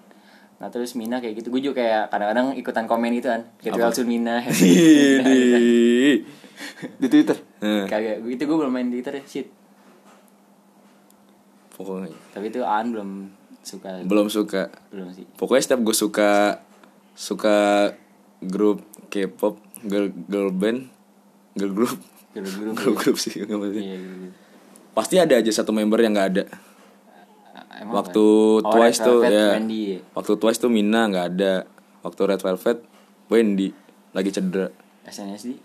Nah terus Mina kayak gitu, gue juga kayak kadang-kadang ikutan komen gitu kan, get well soon Mina.
Idi.
di Twitter
Nah,
Kagak, itu gue belum main Twitter ya, shit.
pokoknya
Tapi itu Aan belum suka,
belum suka
belum sih.
pokoknya setiap gue suka suka grup K-pop girl girl band girl group
Guru-guru.
girl group sih nggak maksudnya.
Iya, gitu.
pasti ada aja satu member yang nggak ada
Emang
waktu
apa? Oh,
Twice
Red
tuh
Velvet,
ya
Wendy ya.
waktu Twice tuh Mina nggak ada waktu Red Velvet Wendy lagi cedera
SNSD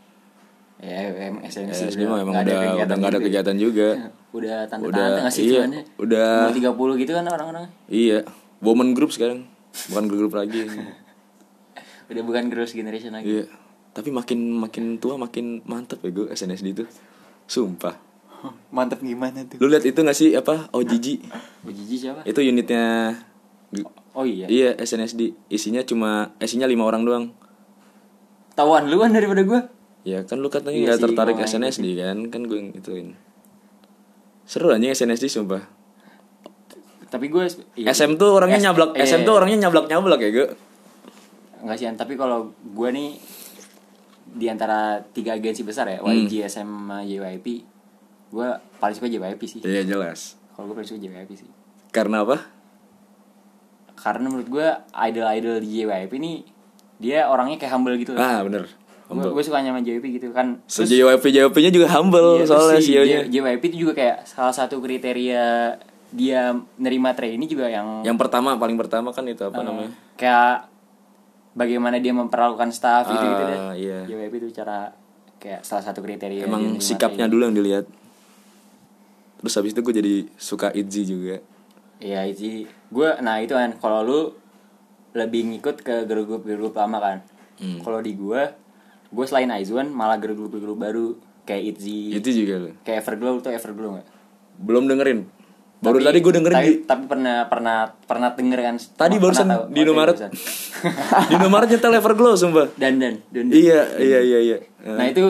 ya em SNSD
ya, SD mah
udah
emang
nggak ada
udah
kegiatan
udah nggak ada
juga. ya.
kegiatan juga
udah tante
Udah,
tante nggak sih ya?
iya,
cumannya
udah.
tiga puluh gitu kan orang-orang
iya woman group sekarang bukan girl group lagi
udah bukan girls generation lagi
iya tapi makin makin tua makin mantep ya gue SNSD itu sumpah
Oh, mantep gimana tuh
lu lihat itu nggak sih apa OJJ
Bu Jiji siapa
itu unitnya
oh iya
iya SNSD isinya cuma isinya lima orang doang
tawon lu kan daripada gua
Ya kan lu katanya
Iya
nggak
sih,
tertarik
nggak
SNSD kan Kan gue ngituin Seru anjing SNSD sumpah
tapi gua iya.
SM tuh orangnya
S-
nyablak
iya,
SM tuh
iya.
orangnya nyablak-nyablak ya gue
nggak sih An. tapi kalau gua nih di antara tiga agensi besar
Hmm.
ya YG SM sama JYP gua paling suka JYP sih
Iya jelas
kalau gua paling suka JYP sih
Karena apa?
karena menurut gua idol-idol di JYP ini dia orangnya kayak humble gitu loh.
Ah bener
Gue
Humble
gue sukanya sama JYP gitu kan.
So JYP JYP nya juga
Iya,
humble
terus
soalnya E
si
CEO nya
J- JYP itu juga kayak salah satu kriteria dia nerima trainee juga yang,
Yang pertama paling pertama kan itu
eh,
apa namanya
kayak bagaimana dia memperlakukan staff gitu gitu deh.
Ah, iya.
JYP itu cara kayak salah satu kriteria iya, dia
Emang
nerima trainee.
sikapnya dulu yang dilihat Terus habis itu gue jadi suka Itzy juga
Iya itu gue nah itu kan kalau lu lebih ngikut ke grup grup lama kan.
Hmm.
Kalau di gue gue selain Aizwan malah grup grup baru kayak Itzy,
Itzy juga lu
kayak Everglow tuh Everglow nggak?
Belum dengerin Baru tadi gue dengerin
tapi,
di
tapi pernah pernah pernah denger kan
Tadi
pernah
barusan
tahu.
Dino
Oke,
Maret
barusan.
Dino Maret nyetel Everglow sumpah
dan dan dan
Iya, iya, iya, iya. Eh,
nah itu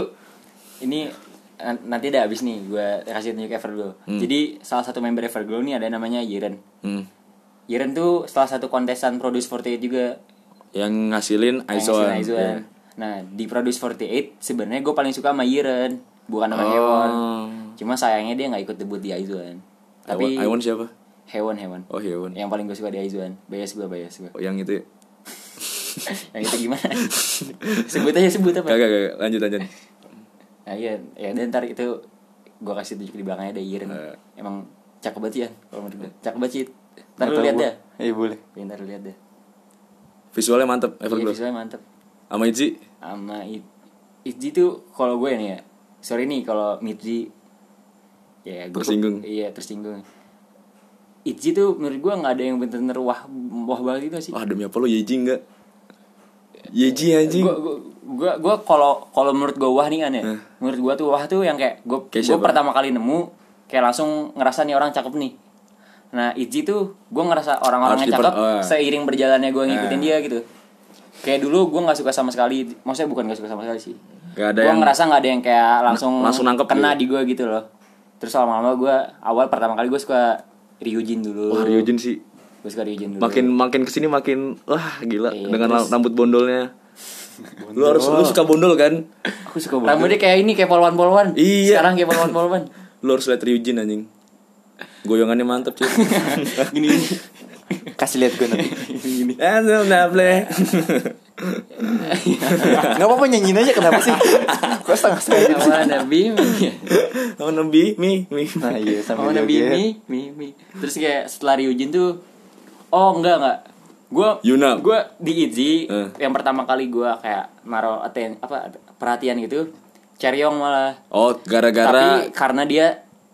ini eh, nanti udah habis nih gue kasih tunjuk Everglow jadi salah satu member Everglow nih ada namanya Yiren
hmm.
Yiren tuh salah satu kontestan Produce 48 juga
Yang ngasilin
yang
Aizwan.
Asian Aizwan.
Iya.
nah di Produce 48 sebenarnya gue paling suka sama Yiren bukan
Oh.
sama Hewon cuma sayangnya dia nggak ikut debut di Aizwan tapi Iya.
Tapi Aiwan siapa?
Hewon Hewon
Oh, Hewan.
yang paling gue suka di Aizwan bias gue bias gue
Oh, yang itu. ya?
yang itu gimana sebut aja sebut apa
Kagak, kagak. Lanjut lanjut.
nah iya ya dan ntar itu gua kasih tunjuk di belakangnya ada Yiren emang cakep banget sih, ya kalau menurut gua cakep banget sih ntar lu
Nggak tahu
lihat
gua.
dah
iya boleh
Ya, ntar lu lihat dah
Visualnya mantep
iya
Everglow.
visualnya mantep
Sama Itzy
sama It- Itzy tuh kalau gue nih ya sorry nih kalau Mitzi ya gua-
Tersinggung.
iya tersinggung Itzy tuh menurut gua nggak ada yang bener-bener wah wah banget itu sih
Wah, demi apa lu Yeji enggak? Yeji anjing.
gue gue gue kalau kalau menurut gue wah nih kan ya menurut gue tuh wah tuh yang kayak gue
Eh. Kayak
gue
siapa?
pertama kali nemu kayak langsung ngerasa nih orang cakep nih nah Itzy tuh gue ngerasa orang-orangnya
Harus diper-
cakep
oh. Eh.
seiring berjalannya gue ngikutin dia gitu kayak dulu gue nggak suka sama sekali maksudnya bukan gak suka sama sekali sih
Gak ada
gue
yang
ngerasa nggak ada yang kayak langsung
langsung nangkep
kena
gitu.
di gue gitu loh terus lama-lama gue awal pertama kali gue suka Ryujin dulu
Wah, Ryujin sih.
gue suka Ryujin dulu
Makin makin kesini makin wah gila
Iya,
dengan
terus-
rambut bondolnya. Lu harus lu suka bondol kan?
aku suka banget
rambutnya kayak ini kayak polwan-polwan
Iya.
sekarang kayak polwan-polwan
Lu harus lihat Ryujin anjing. Goyongannya mantep cuy.
gini gini
kasih lihat gue nanti
Eh, lu nggak boleh.
nggak apa-apa nyanyiin aja kenapa sih kok setengah setengah gitu
sama nabi mi
Oh, Nabi, mi, mi.
nah iya
sama
sambil
nabi
joget.
mi mi mi terus kayak setelah Ryujin tuh oh enggak enggak gue
Yuna.
gue di Itzy
Eh.
yang pertama kali gue kayak naro aten apa perhatian gitu Chaeryeong malah
Oh, gara-gara
tapi karena dia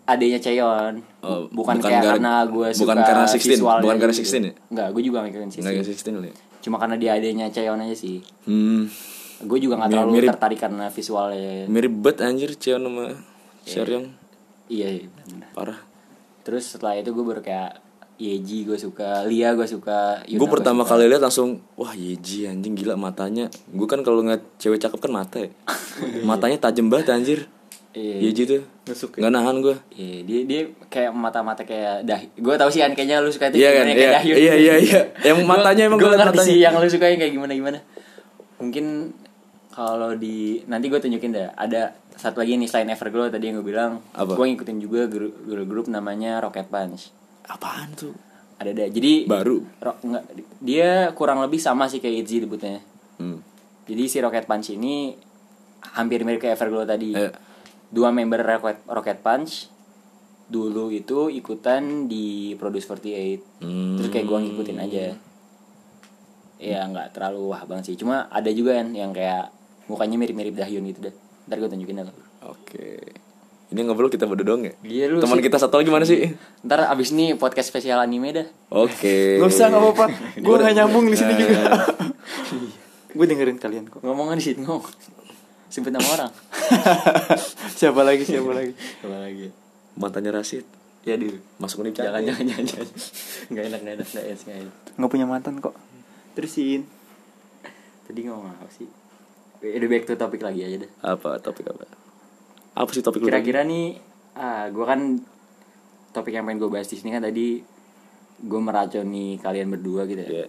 adanya Cheon.
Oh,
bukan,
bukan
kayak
gara-
karena gue
bukan
suka
karena 16,
visualnya
bukan karena
gitu.
16 ya?
Enggak, gue juga mikirin
Nggak
16.
kayak 16 loh ya.
Cuma karena dia adanya Cheon aja sih.
Hmm,
Gue juga nggak
Mirip-
terlalu
mirip.
tertarik karena visualnya.
mirip banget anjir Cheon sama Chaeryeong.
Iya, iya, bener.
Parah.
Terus setelah itu gue baru kayak Yeji gue suka, Lia gue suka. Yuna
Gue
gua
pertama
suka.
kali lihat langsung wah Yeji anjing gila matanya. Gue kan kalau ngeliat cewek cakep kan mata ya. matanya tajam banget anjir.
Iya.
Yeji tuh.
Nusuk
Nggak nahan gue.
Iya, dia dia kayak mata-mata kayak dah. Gue tau sih kan kayaknya lu suka itu
Iya
gimana,
kan?
kayak
Iya.
Dahyun.
Iya, iya, iya. Yang
Gua-
matanya emang
gua
gua liat
ngerti
matanya.
sih yang lu suka yang kayak gimana gimana. Mungkin kalau di nanti gue tunjukin dah ada satu lagi nih selain Everglow tadi yang gue bilang
Apa?
gue ngikutin juga girl, girl group namanya Rocket Punch
Apaan tuh?
ada ada jadi
Baru.
ro, enggak, dia kurang lebih sama sih kayak Itzy debutnya
Hmm.
jadi si Rocket Punch ini hampir mirip kayak Everglow tadi.
Eh.
Dua member Rocket, Rocket Punch dulu itu ikutan di Produce 48.
Hmm.
Terus kayak gua ngikutin aja. Ya nggak terlalu wah bang sih. Cuma ada juga kan yang kayak mukanya mirip-mirip Dahyun gitu deh. Ntar gue tunjukin deh.
Oke. Ini ngobrol kita berdua dong ya?
Iya, lu
Teman
sih.
kita satu lagi mana sih?
Ntar abis ini podcast spesial anime dah.
Oke.
Gak usah gak apa-apa Gue
Gua-
gak nyambung di sini
Eh,
juga Gue dengerin kalian kok
Ngomongin di situ ngomong. Sebut nama orang.
Siapa lagi siapa lagi
Coba lagi.
Matanya Rasid.
Ya dulu.
Masuk nih
Jangan jangan jangan. jangan. Nggak enak nggak enak nggak enak, nggak enak.
Gak punya mantan kok Terusin
Tadi ngomong apa sih? Eh, Udah back to topic lagi aja deh.
Apa topik apa? Apa sih topik lu tadi?
Kira-kira nih, ah gue kan topik yang pengen gue bahas di sini kan tadi gue meracuni kalian berdua gitu ya.
Iya.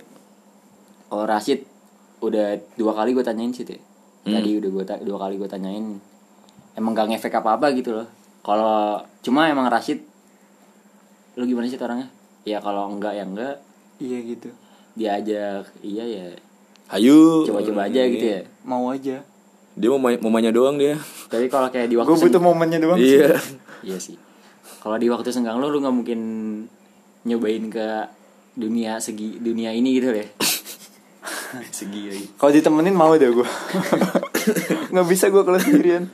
Kalau Rashid udah dua kali gue tanyain sih ya. Tadi udah gue dua kali gue tanyain. Emang gak ngefek apa-apa gitu loh. Kalau cuma emang Rashid lu gimana sih orangnya? Ya kalau enggak ya enggak,
Iya gitu
diajak iya ya
Hayu.
coba-coba aja gitu
iya.
ya.
Mau aja
Dia mau main- mau mainnya doang dia.
Tapi kalau kayak di waktu
Gue
seng-
butuh momennya doang sih.
Iya.
Iya sih. Kalau di waktu senggang lo, lu nggak mungkin nyobain ke dunia segi dunia ini gitu ya. segi lagi.
Kalau ditemenin mau deh gue Gak bisa gue kalau sendirian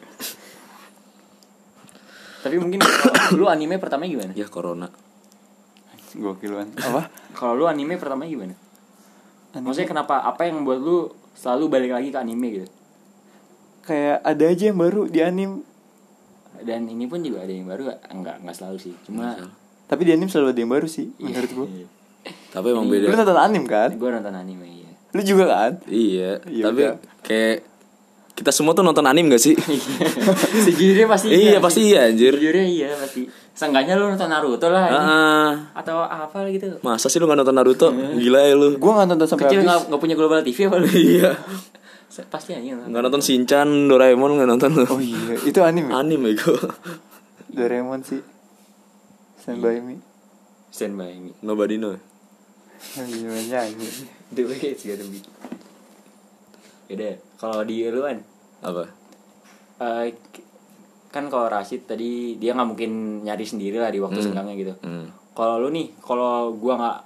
Tapi mungkin kalau lu anime pertama gimana?
Ya corona.
Gue kiluan Apa?
Kalau lu anime pertama gimana? Maksudnya kenapa? Apa yang buat lu selalu balik lagi ke anime gitu?
Kayak ada aja yang baru di anim
Dan ini pun juga ada yang baru nggak? Enggak, enggak selalu sih. Cuma
Tapi di anim selalu ada yang baru
Iya.
sih Menurut gue
Tapi emang
Lu
beda.
nonton anim kan?
gue nonton anime ya.
Lu juga kan?
Iya.
Iya,
Tapi
udah. Iya.
kayak kita semua tuh nonton anime gak sih?
Sejujurnya pasti
Iya, pasti iya, anjir.
Sejujurnya iya pasti. Seenggaknya lu nonton Naruto lah. ini.
Heeh.
Atau apa gitu.
Masa sih lu gak nonton Naruto?
Iya.
Gila ya lu.
Gue gak nonton sampai
kecil
habis
nggak nggak punya global TV apa lu?
Iya.
Se- Pasti aja nggak.
Gak nonton Shinchan, Doraemon gak nonton lu.
Oh iya Itu anim ya?
Anime gue.
Doraemon sih Stand by me
Stand by me.
Nobody know.
Oh iya nyanyi
The way it's gonna be. Yaudah, ya? kalau di lu kan,
Apa?
eh, k- kan kalau Rashid tadi dia nggak mungkin nyari sendiri lah di waktu senggangnya gitu.
Hmm.
Kalau lu nih, kalau gua nggak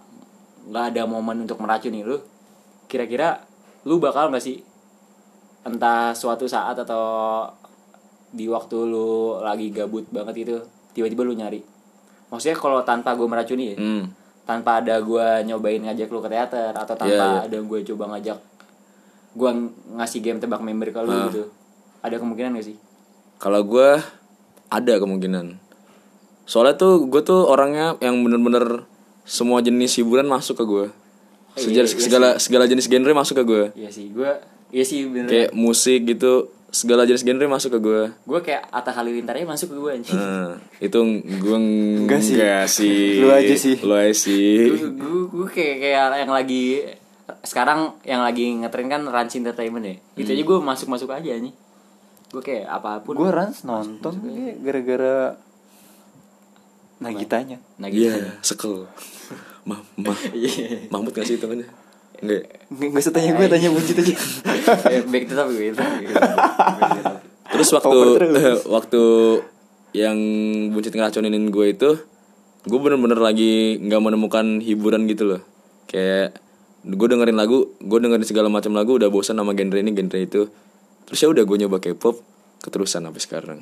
nggak ada momen untuk meracuni lu, kira-kira lu bakal nggak sih entah suatu saat atau di waktu lu lagi gabut banget gitu tiba-tiba lu nyari maksudnya kalau tanpa gue meracuni ya,
Hmm.
tanpa ada gua nyobain ngajak lu ke teater atau tanpa
Iya, iya.
ada gue coba ngajak gua ng- ngasih game tebak member ke
Ah.
lu gitu ada kemungkinan gak sih
Kalau gue ada kemungkinan. Soalnya tuh gue tuh orangnya yang bener-bener semua jenis hiburan masuk ke gue.
Iya,
Oh,
Segala,
iya sih.
segala segala jenis genre masuk ke gue.
iya sih gua iya sih bener
Kayak musik gitu, segala jenis genre masuk ke gue.
gue kayak Atta Halilintar aja masuk ke gue anjing
Nah, itu gue enggak
Hmm. sih.
sih.
Lu aja sih.
Lu aja sih.
gue gue kayak kayak yang lagi sekarang yang lagi ngetren kan Rans Entertainment ya itu
Hmm.
aja gue masuk masuk aja nih gue kayak apapun
Gue Rans nonton kayak gara-gara Nagitanya
nah gitu
Iya, sekel. Mah, mah.
Iya.
Mahmud nggak sih hitungannya? Enggak. ya?
Nggak nggak usah tanya gue, tanya buncit aja
Eh, back to topic, back to topic, back to topic.
Terus waktu
Over terus.
waktu yang buncit ngeracunin gue itu, gue bener-bener lagi nggak menemukan hiburan gitu loh. Kayak gue dengerin lagu, gue dengerin segala macam lagu, udah bosan sama genre ini, genre itu. Terus ya udah gue nyoba K-pop, keterusan sampai sekarang.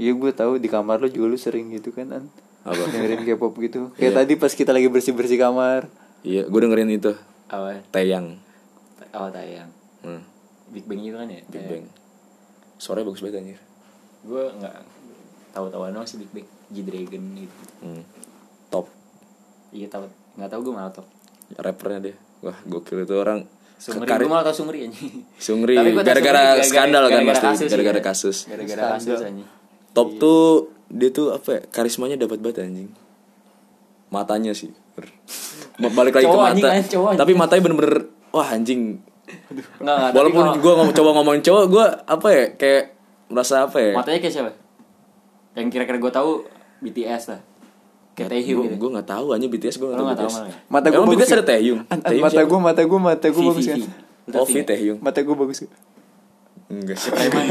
Iya gue tahu di kamar lu juga lu sering gitu kan An
Apa?
Dengerin K-pop gitu Kayak tadi pas kita lagi bersih-bersih kamar
Iya, gue dengerin itu.
Apa?
Tayang.
Apa tayang?
Hmm,
Big Bang itu kan ya?
Big Bang. Sore bagus banget anjir.
Gue nggak tahu-tahu doang sih Big Bang, G Dragon gitu.
Hmm. Top
Iya tahu, nggak tahu gue malah tau.
rappernya dia. Wah, gokil itu orang.
Sungri,
Kekar-
gue malah tau Sungri anjing.
Sungri
Tapi gua tahu
gara-gara
Sungri
skandal kan
gara-gara
pasti,
kasus,
gara-gara
iya.
kasus.
Gara-gara kasus anjing.
Top tuh dia tuh apa ya? Karismanya dapat banget anjing. Matanya sih. Ber- Balik lagi ke
Cowok,
mata.
anjing, lain cowok, anjing.
Tapi matanya bener-bener wah anjing.
Enggak, enggak.
Walaupun
tapi
gue ngom coba ngomongin cowok, gue apa ya kayak merasa apa ya?
kalau matanya kayak siapa? Yang kira-kira gue tahu BTS lah. Kayak Taehyung gitu.
Gue nggak tahu aja BTS gue
Lu
nggak tahu
nggak tahu
BTS.
malah ya?
Mata gua
Emang
bagus
BTS ada Taehyung.
An, an,
Taehyung
mata
siapa?
gue mata gue mata gue
Vi,
bagus
Vi,
kan
Vi. Lu tau Vi
Oh, Vi
nggak?
Taehyung.
Mata gue bagus kan?
Enggak sih.
Preman.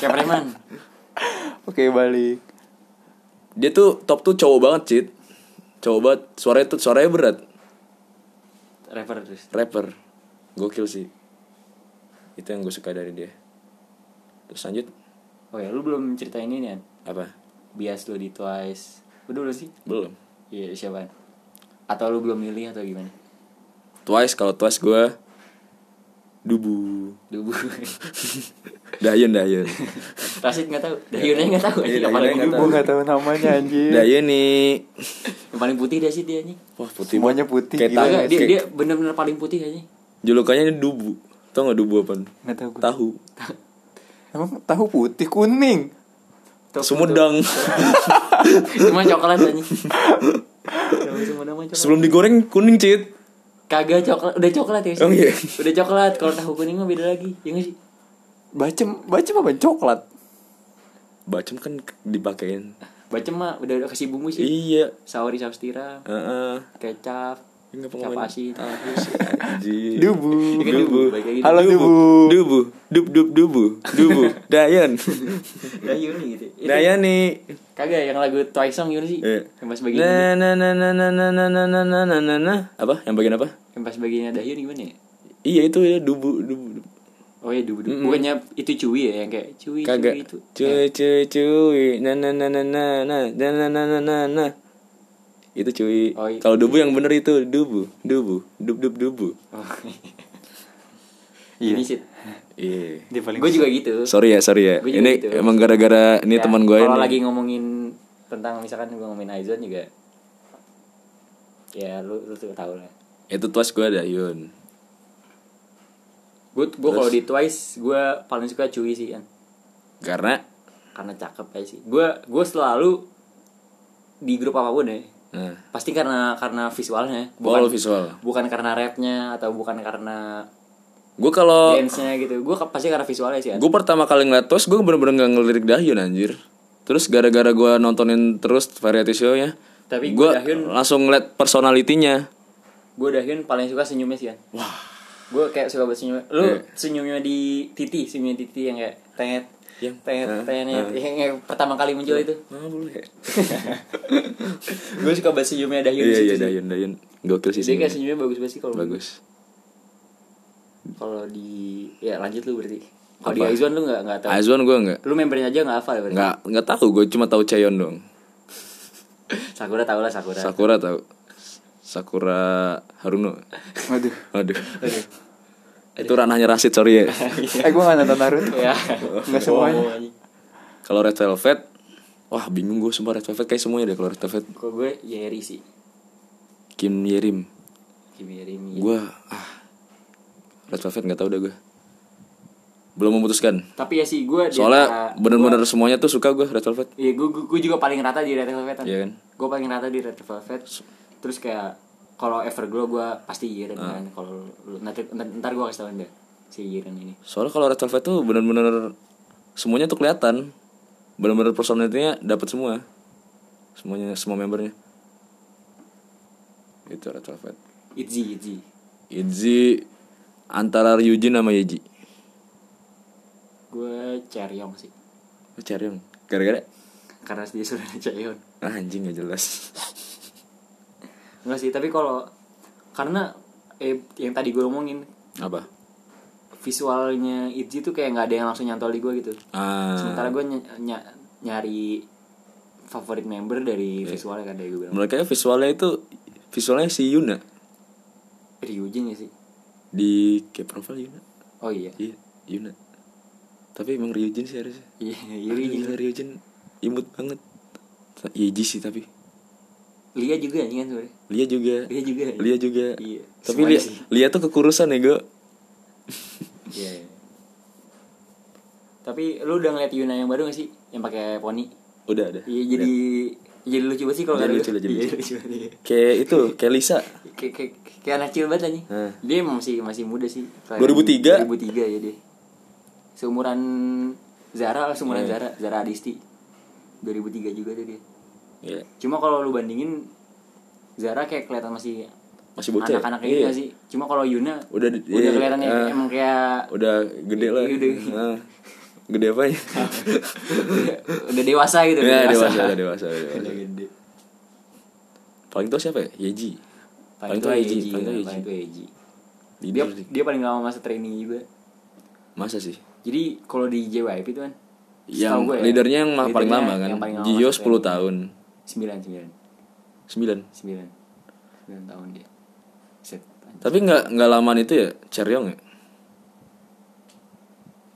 Kayak preman.
Oke balik
Dia tuh top tuh cowok banget, Cit. Cowok banget. Suaranya tuh suaranya berat.
Rapper terus.
Rapper. Gokil sih. Itu yang gue suka dari dia. Terus lanjut
Oh ya, lu belum ceritain ini ya?
apa?
Bias lu di Twice. Udah belum sih?
Belum.
Iya, siapa? Atau lu belum milih atau gimana?
Twice kalau Twice gue Dubu.
Dubu.
Dayen Dayen.
Rasid nggak tahu. Dahyunnya nggak tahu.
Iya,
anjing. Yang
Dahyunnya
paling dubu.
nggak tahu. Nah,
Gue gak tahu namanya anjir
Dayen nih.
Yang paling putih Rasid dia anjing.
Wah, putih
Semuanya
banget.
putih, iya.
Kayak
gila.
tangan,
Enggak, dia
kayak-
dia benar-benar paling putih anjing.
Julukannya Dubu. Tau gak Dubu apa?
Gak tahu gue
Tahu.
Emang tahu putih kuning
Tuh,
Sumedang.
Cuma coklat anjing. Cuma Sumedang mah coklat.
Sebelum digoreng kuning, Cit.
Kagak coklat, udah coklat ya. sih?
Oh, iya.
Udah coklat. Kalau tahu kuning mah beda lagi. Ya nggak sih?
Bacem Bacem apa coklat
Bacem kan dipakein.
Bacem mah udah udah kasih bumbu sih.
Iya.
Sauri saus tiram,
Heeh.
kecap,
Enggak
kecap asin.
Ah.
Iya
Dubu.
Dubu.
Baik lagi.
Halo Dubu
Dubu. Dub dub dubu. Dubu. Dayan.
Dahyun gitu. Itu-
Dayan nih.
Kagak yang lagu Twice song Yun sih.
Nah. Iya.
Yang pas bagian
Na na na na na na na na na na na na na. Apa? Yang bagian apa?
yang pas bagiannya Dahyun gimana ya?
Iya itu ya dubu dubu. dubu.
Oh iya dubu dubu. Bukannya itu cuy ya yang kayak cuy cuy Eh.
Kagak.
itu.
Cuy cuy cuy. Na na na na na na na na na na na na. Itu cuy.
Oh, iya.
Kalau dubu yang bener itu dubu dubu dub dub dubu.
Oh.
Iya.
Ini sih.
Iya.
Dia paling
Gue juga gitu.
Sorry ya, sorry ya.
Gua juga
Ini
gitu.
emang gara-gara ini
Ya,
teman gue ini.
Kalau lagi ngomongin tentang misalkan gue ngomongin Aizon juga. Ya lu lu tuh tahu lah.
Itu tuas gue ada Yun.
Gue gue kalau di Twice gue paling suka cuy sih kan.
Karena
Karena cakep aja sih. Gue gue selalu di grup apapun ya.
nah,
Pasti karena karena visualnya.
Bukan.
Bukan
visual.
bukan karena rapnya atau bukan karena
Gue kalau
dance-nya gitu. Gue pasti karena visualnya sih. ya. An.
gue pertama kali ngeliat tuas gue bener-bener gak ngelirik Dahyun anjir. Terus gara-gara gue nontonin terus variety show-nya,
Tapi
gue
gua Dahyun-
langsung ngeliat personalitinya.
gue Dahyun paling suka senyumnya sih kan wah gue kayak suka banget senyumnya lu
Iya.
senyumnya di titi senyumnya di titi yang kayak tenet
Yang-
tenet
Hah?
tenet yang, yang pertama kali muncul itu gue suka banget senyumnya Dahyun di
Iya
situ
iya
sih.
Dahyun Dahyun gokil sih
dia kayak
senyumnya.
senyumnya bagus banget sih kalau
Bagus.
kalau di ya lanjut lu berarti kalau di
Apa?
Aizwan lu nggak nggak tahu
Azwan gue nggak
lu membernya aja nggak hafal ya berarti
nggak nggak tahu gue cuma tahu Chaeyeon dong.
Sakura tau lah Sakura
Sakura tahu. Sakura Haruno.
Waduh
Aduh. Itu ranahnya Rasid sorry ya.
Eh gue gak nonton Naruto
ya
Nggak semuanya.
Bohong aja.
kalau Red Velvet, wah bingung gue sumpah Red Velvet kayak semuanya deh kalau Red Velvet
kalau gue Yeri sih
Kim Yerim.
Kimi Rimi
Gue ah Red Velvet nggak tahu dah gue. Belum memutuskan.
tapi ya sih gue di antara-
Soalnya bener-bener semuanya tuh suka gue Red Velvet.
Iya, gue gue juga paling rata di Red Velvet.
Iya kan?
Gue paling rata di Red Velvet. Terus kayak kalau Everglow gue pasti Yiren
Ah.
kan. Kalau lu- nanti ntar, ntar gue kasih tau deh si Yiren ini.
Soalnya kalau Red Velvet tuh bener-bener semuanya tuh kelihatan. Bener-bener personalitinya dapat semua. Semuanya semua membernya. Itu Red Velvet.
Itzy, Itzy.
Itzy antara Ryujin sama Yeji.
Gue Cheryong sih.
Lu cari dong. Gara-gara
Karena dia sudah Cheon.
ah, anjing gak jelas.
Enggak sih, tapi kalau karena eh, yang tadi gue omongin
Apa?
visualnya Itzy tuh kayak nggak ada yang langsung nyantol di gue gitu.
Ah,
Sementara gue ny- ny- nyari favorit member dari
Iya.
visualnya kan dari gue bilang
mereka visualnya itu visualnya si Yuna
Ryujin ya sih
di kayak profile Yuna
oh iya
iya Yuna tapi emang Ryujin sih harusnya
iya iya,
Aduh,
Ryujin
gila, Ryujin imut banget Ta- Iya Ji sih tapi
Lia juga ya kan sebenarnya
Lia juga
Lia juga ya?
Lia juga
Iya.
tapi
Semuanya
Lia,
sih.
Lia tuh kekurusan ya gue
iya iya. tapi lu udah ngeliat Yuna yang baru gak sih yang pakai poni
udah ada
iya jadi jadi lucu banget sih kalau
Jadi
kata
lucu,
gue.
jadi
Iya,
lucu.
banget, iya.
kayak itu kayak Lisa
kayak kayak- kayak anak kecil banget anjing.
Hah.
Dia emang masih masih muda sih. Kelahiran 2003
2003?
ya dia. Seumuran Zara lah, seumuran
Iya.
Zara, Zara Adisti. 2003 juga tuh dia.
Iya.
Cuma kalau lu bandingin Zara kayak kelihatan masih
Masih bocah ya?
Anak-anak kayak
Iya.
sih. Cuma kalau Yuna
Udah di- iya,
kelihatan ya,
ah.
emang kayak
udah gede lah
Udah.
Ah. gede apa ya
udah Ah, dewasa gitu, udah
Ya, dewasa, udah dewasa, udah dewasa.
Udah gede.
paling tua siapa ya Yeji
Paling tua Eji,
paling tua
paling tua
Yeji
Eji. Dia
Leader sih.
dia paling lama masa training juga.
masa sih
Jadi kalau di JYP itu kan
yang
setahu gue ya,
leadernya yang ma- paling lama
leadernya
kan
yang paling lama
Jio
masuk
10
training.
tahun
Sembilan sembilan
9
sembilan sembilan tahun dia. Set.
tapi nggak nggak lamaan itu ya Cheryong ya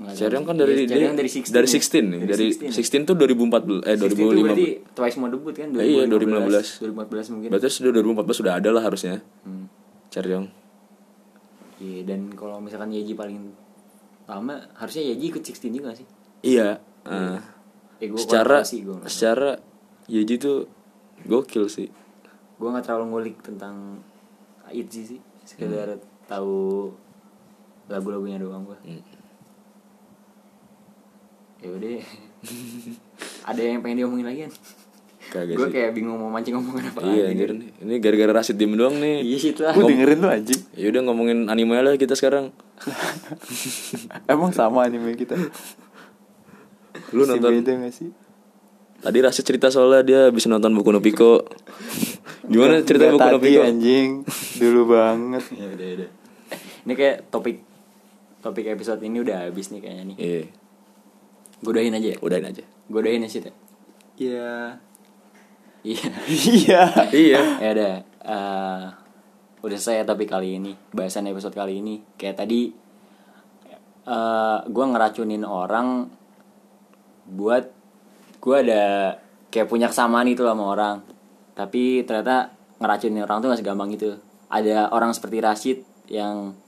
Nggak
Cheryong
tahu
kan
sih.
dari
Iya, Cheryong
dia-
dari 16.
dari
ya.
16 nih. dari
16.
16 tuh 2014
16
eh
itu berarti
2015
Twice mau debut kan
Eh, iya, 2015.
2014 mungkin.
berarti sudah 2014 sudah ada lah harusnya
Hmm.
Cheryong
Iya, dan kalau misalkan Yeji paling lama harusnya Yeji ikut 16 juga nggak sih?
iya ah.
Eh, gua
secara
sih gue nggak
secara Yeji tuh gokil sih
gue nggak terlalu ngulik tentang Itzy sih sekedar tahu lagu-lagunya doang gue ya udah ada yang pengen diomongin lagi kan
kagak
gue
sih
kayak bingung mau mancing omongan apa lagi
iya anjir
nih.
nih. ini gara-gara Rashid diem doang nih
iya sih itu lah
Gue dengerin lu anjing
ya udah ngomongin anime lah kita sekarang
Emang sama anime kita
Lu
Masih
nonton-
beda gak sih?
tadi Rashid cerita soalnya dia habis nonton buku Nopiko gimana cerita buku
Nggak tadi
Nopiko
anjing Dulu banget
ya udah udah ini kayak topik topik episode ini udah habis nih kayaknya nih
iya
godain aja ya
udahin aja
godain aja ya
Iya
iya
Iya
iya
ya udah eh, udah selesai tapi kali ini bahasan episode kali ini kayak tadi eh gue ngeracunin orang buat gue ada kayak punya kesamaan itu sama orang tapi ternyata ngeracunin orang tuh gak segampang gitu ada orang seperti Rashid yang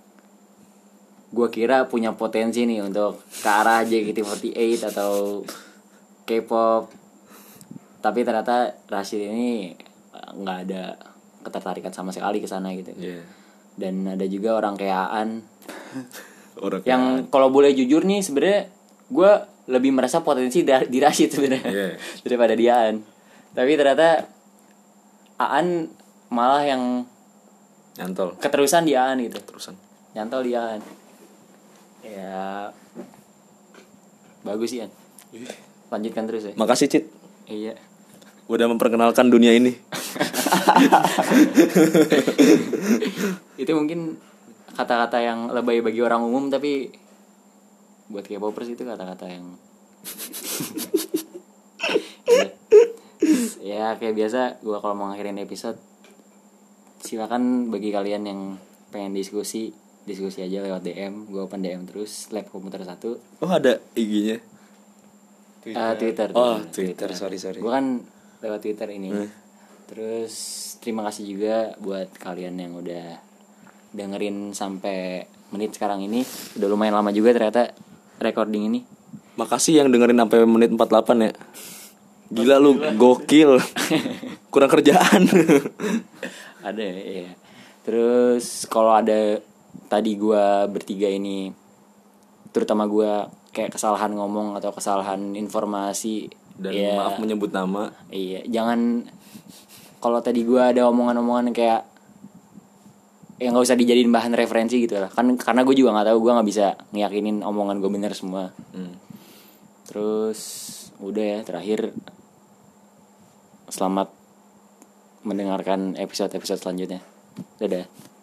gue kira punya potensi nih untuk ke arah JKT48 atau K-pop tapi ternyata Rashid ini eh, nggak ada ketertarikan sama sekali ke sana gitu
Iya.
dan ada juga orang kayak Aan
orang
yang kalau boleh jujur nih sebenarnya gue lebih merasa potensi da- di Rashid sebenarnya
Iya.
daripada di Aan tapi ternyata Aan malah yang
nyantol
keterusan di Aan gitu
terusan
nyantol di Aan ya bagus sih Aan lanjutkan terus ya
makasih Cit
iya
udah memperkenalkan dunia ini
itu mungkin kata-kata yang lebay bagi orang umum tapi buat K-popers itu kata-kata yang Iya. ya kayak biasa gua kalau mau ngakhirin episode silakan bagi kalian yang pengen diskusi diskusi aja lewat DM gua open DM terus lab komputer satu
oh ada IG-nya
Twitter. Twitter.
Oh, Twitter, ya. Eh. sorry, sorry.
Gue kan lewat Twitter ini. Terus terima kasih juga buat kalian yang udah dengerin sampai menit sekarang ini. Udah lumayan lama juga ternyata recording ini.
makasih yang dengerin sampai menit 48 ya gila lu gokil kurang kerjaan
Ada ya. iya. Terus kalau ada tadi gua bertiga ini terutama gua kayak kesalahan ngomong atau kesalahan informasi
dan
ya,
maaf menyebut nama
Iya, jangan kalau tadi gua ada omongan-omongan kayak yang nggak usah dijadiin bahan referensi gitu lah. Kan karena gue juga nggak tahu gua nggak bisa ngiyakinin omongan gue bener semua.
Hmm.
Terus udah ya terakhir selamat mendengarkan episode-episode selanjutnya. Dadah.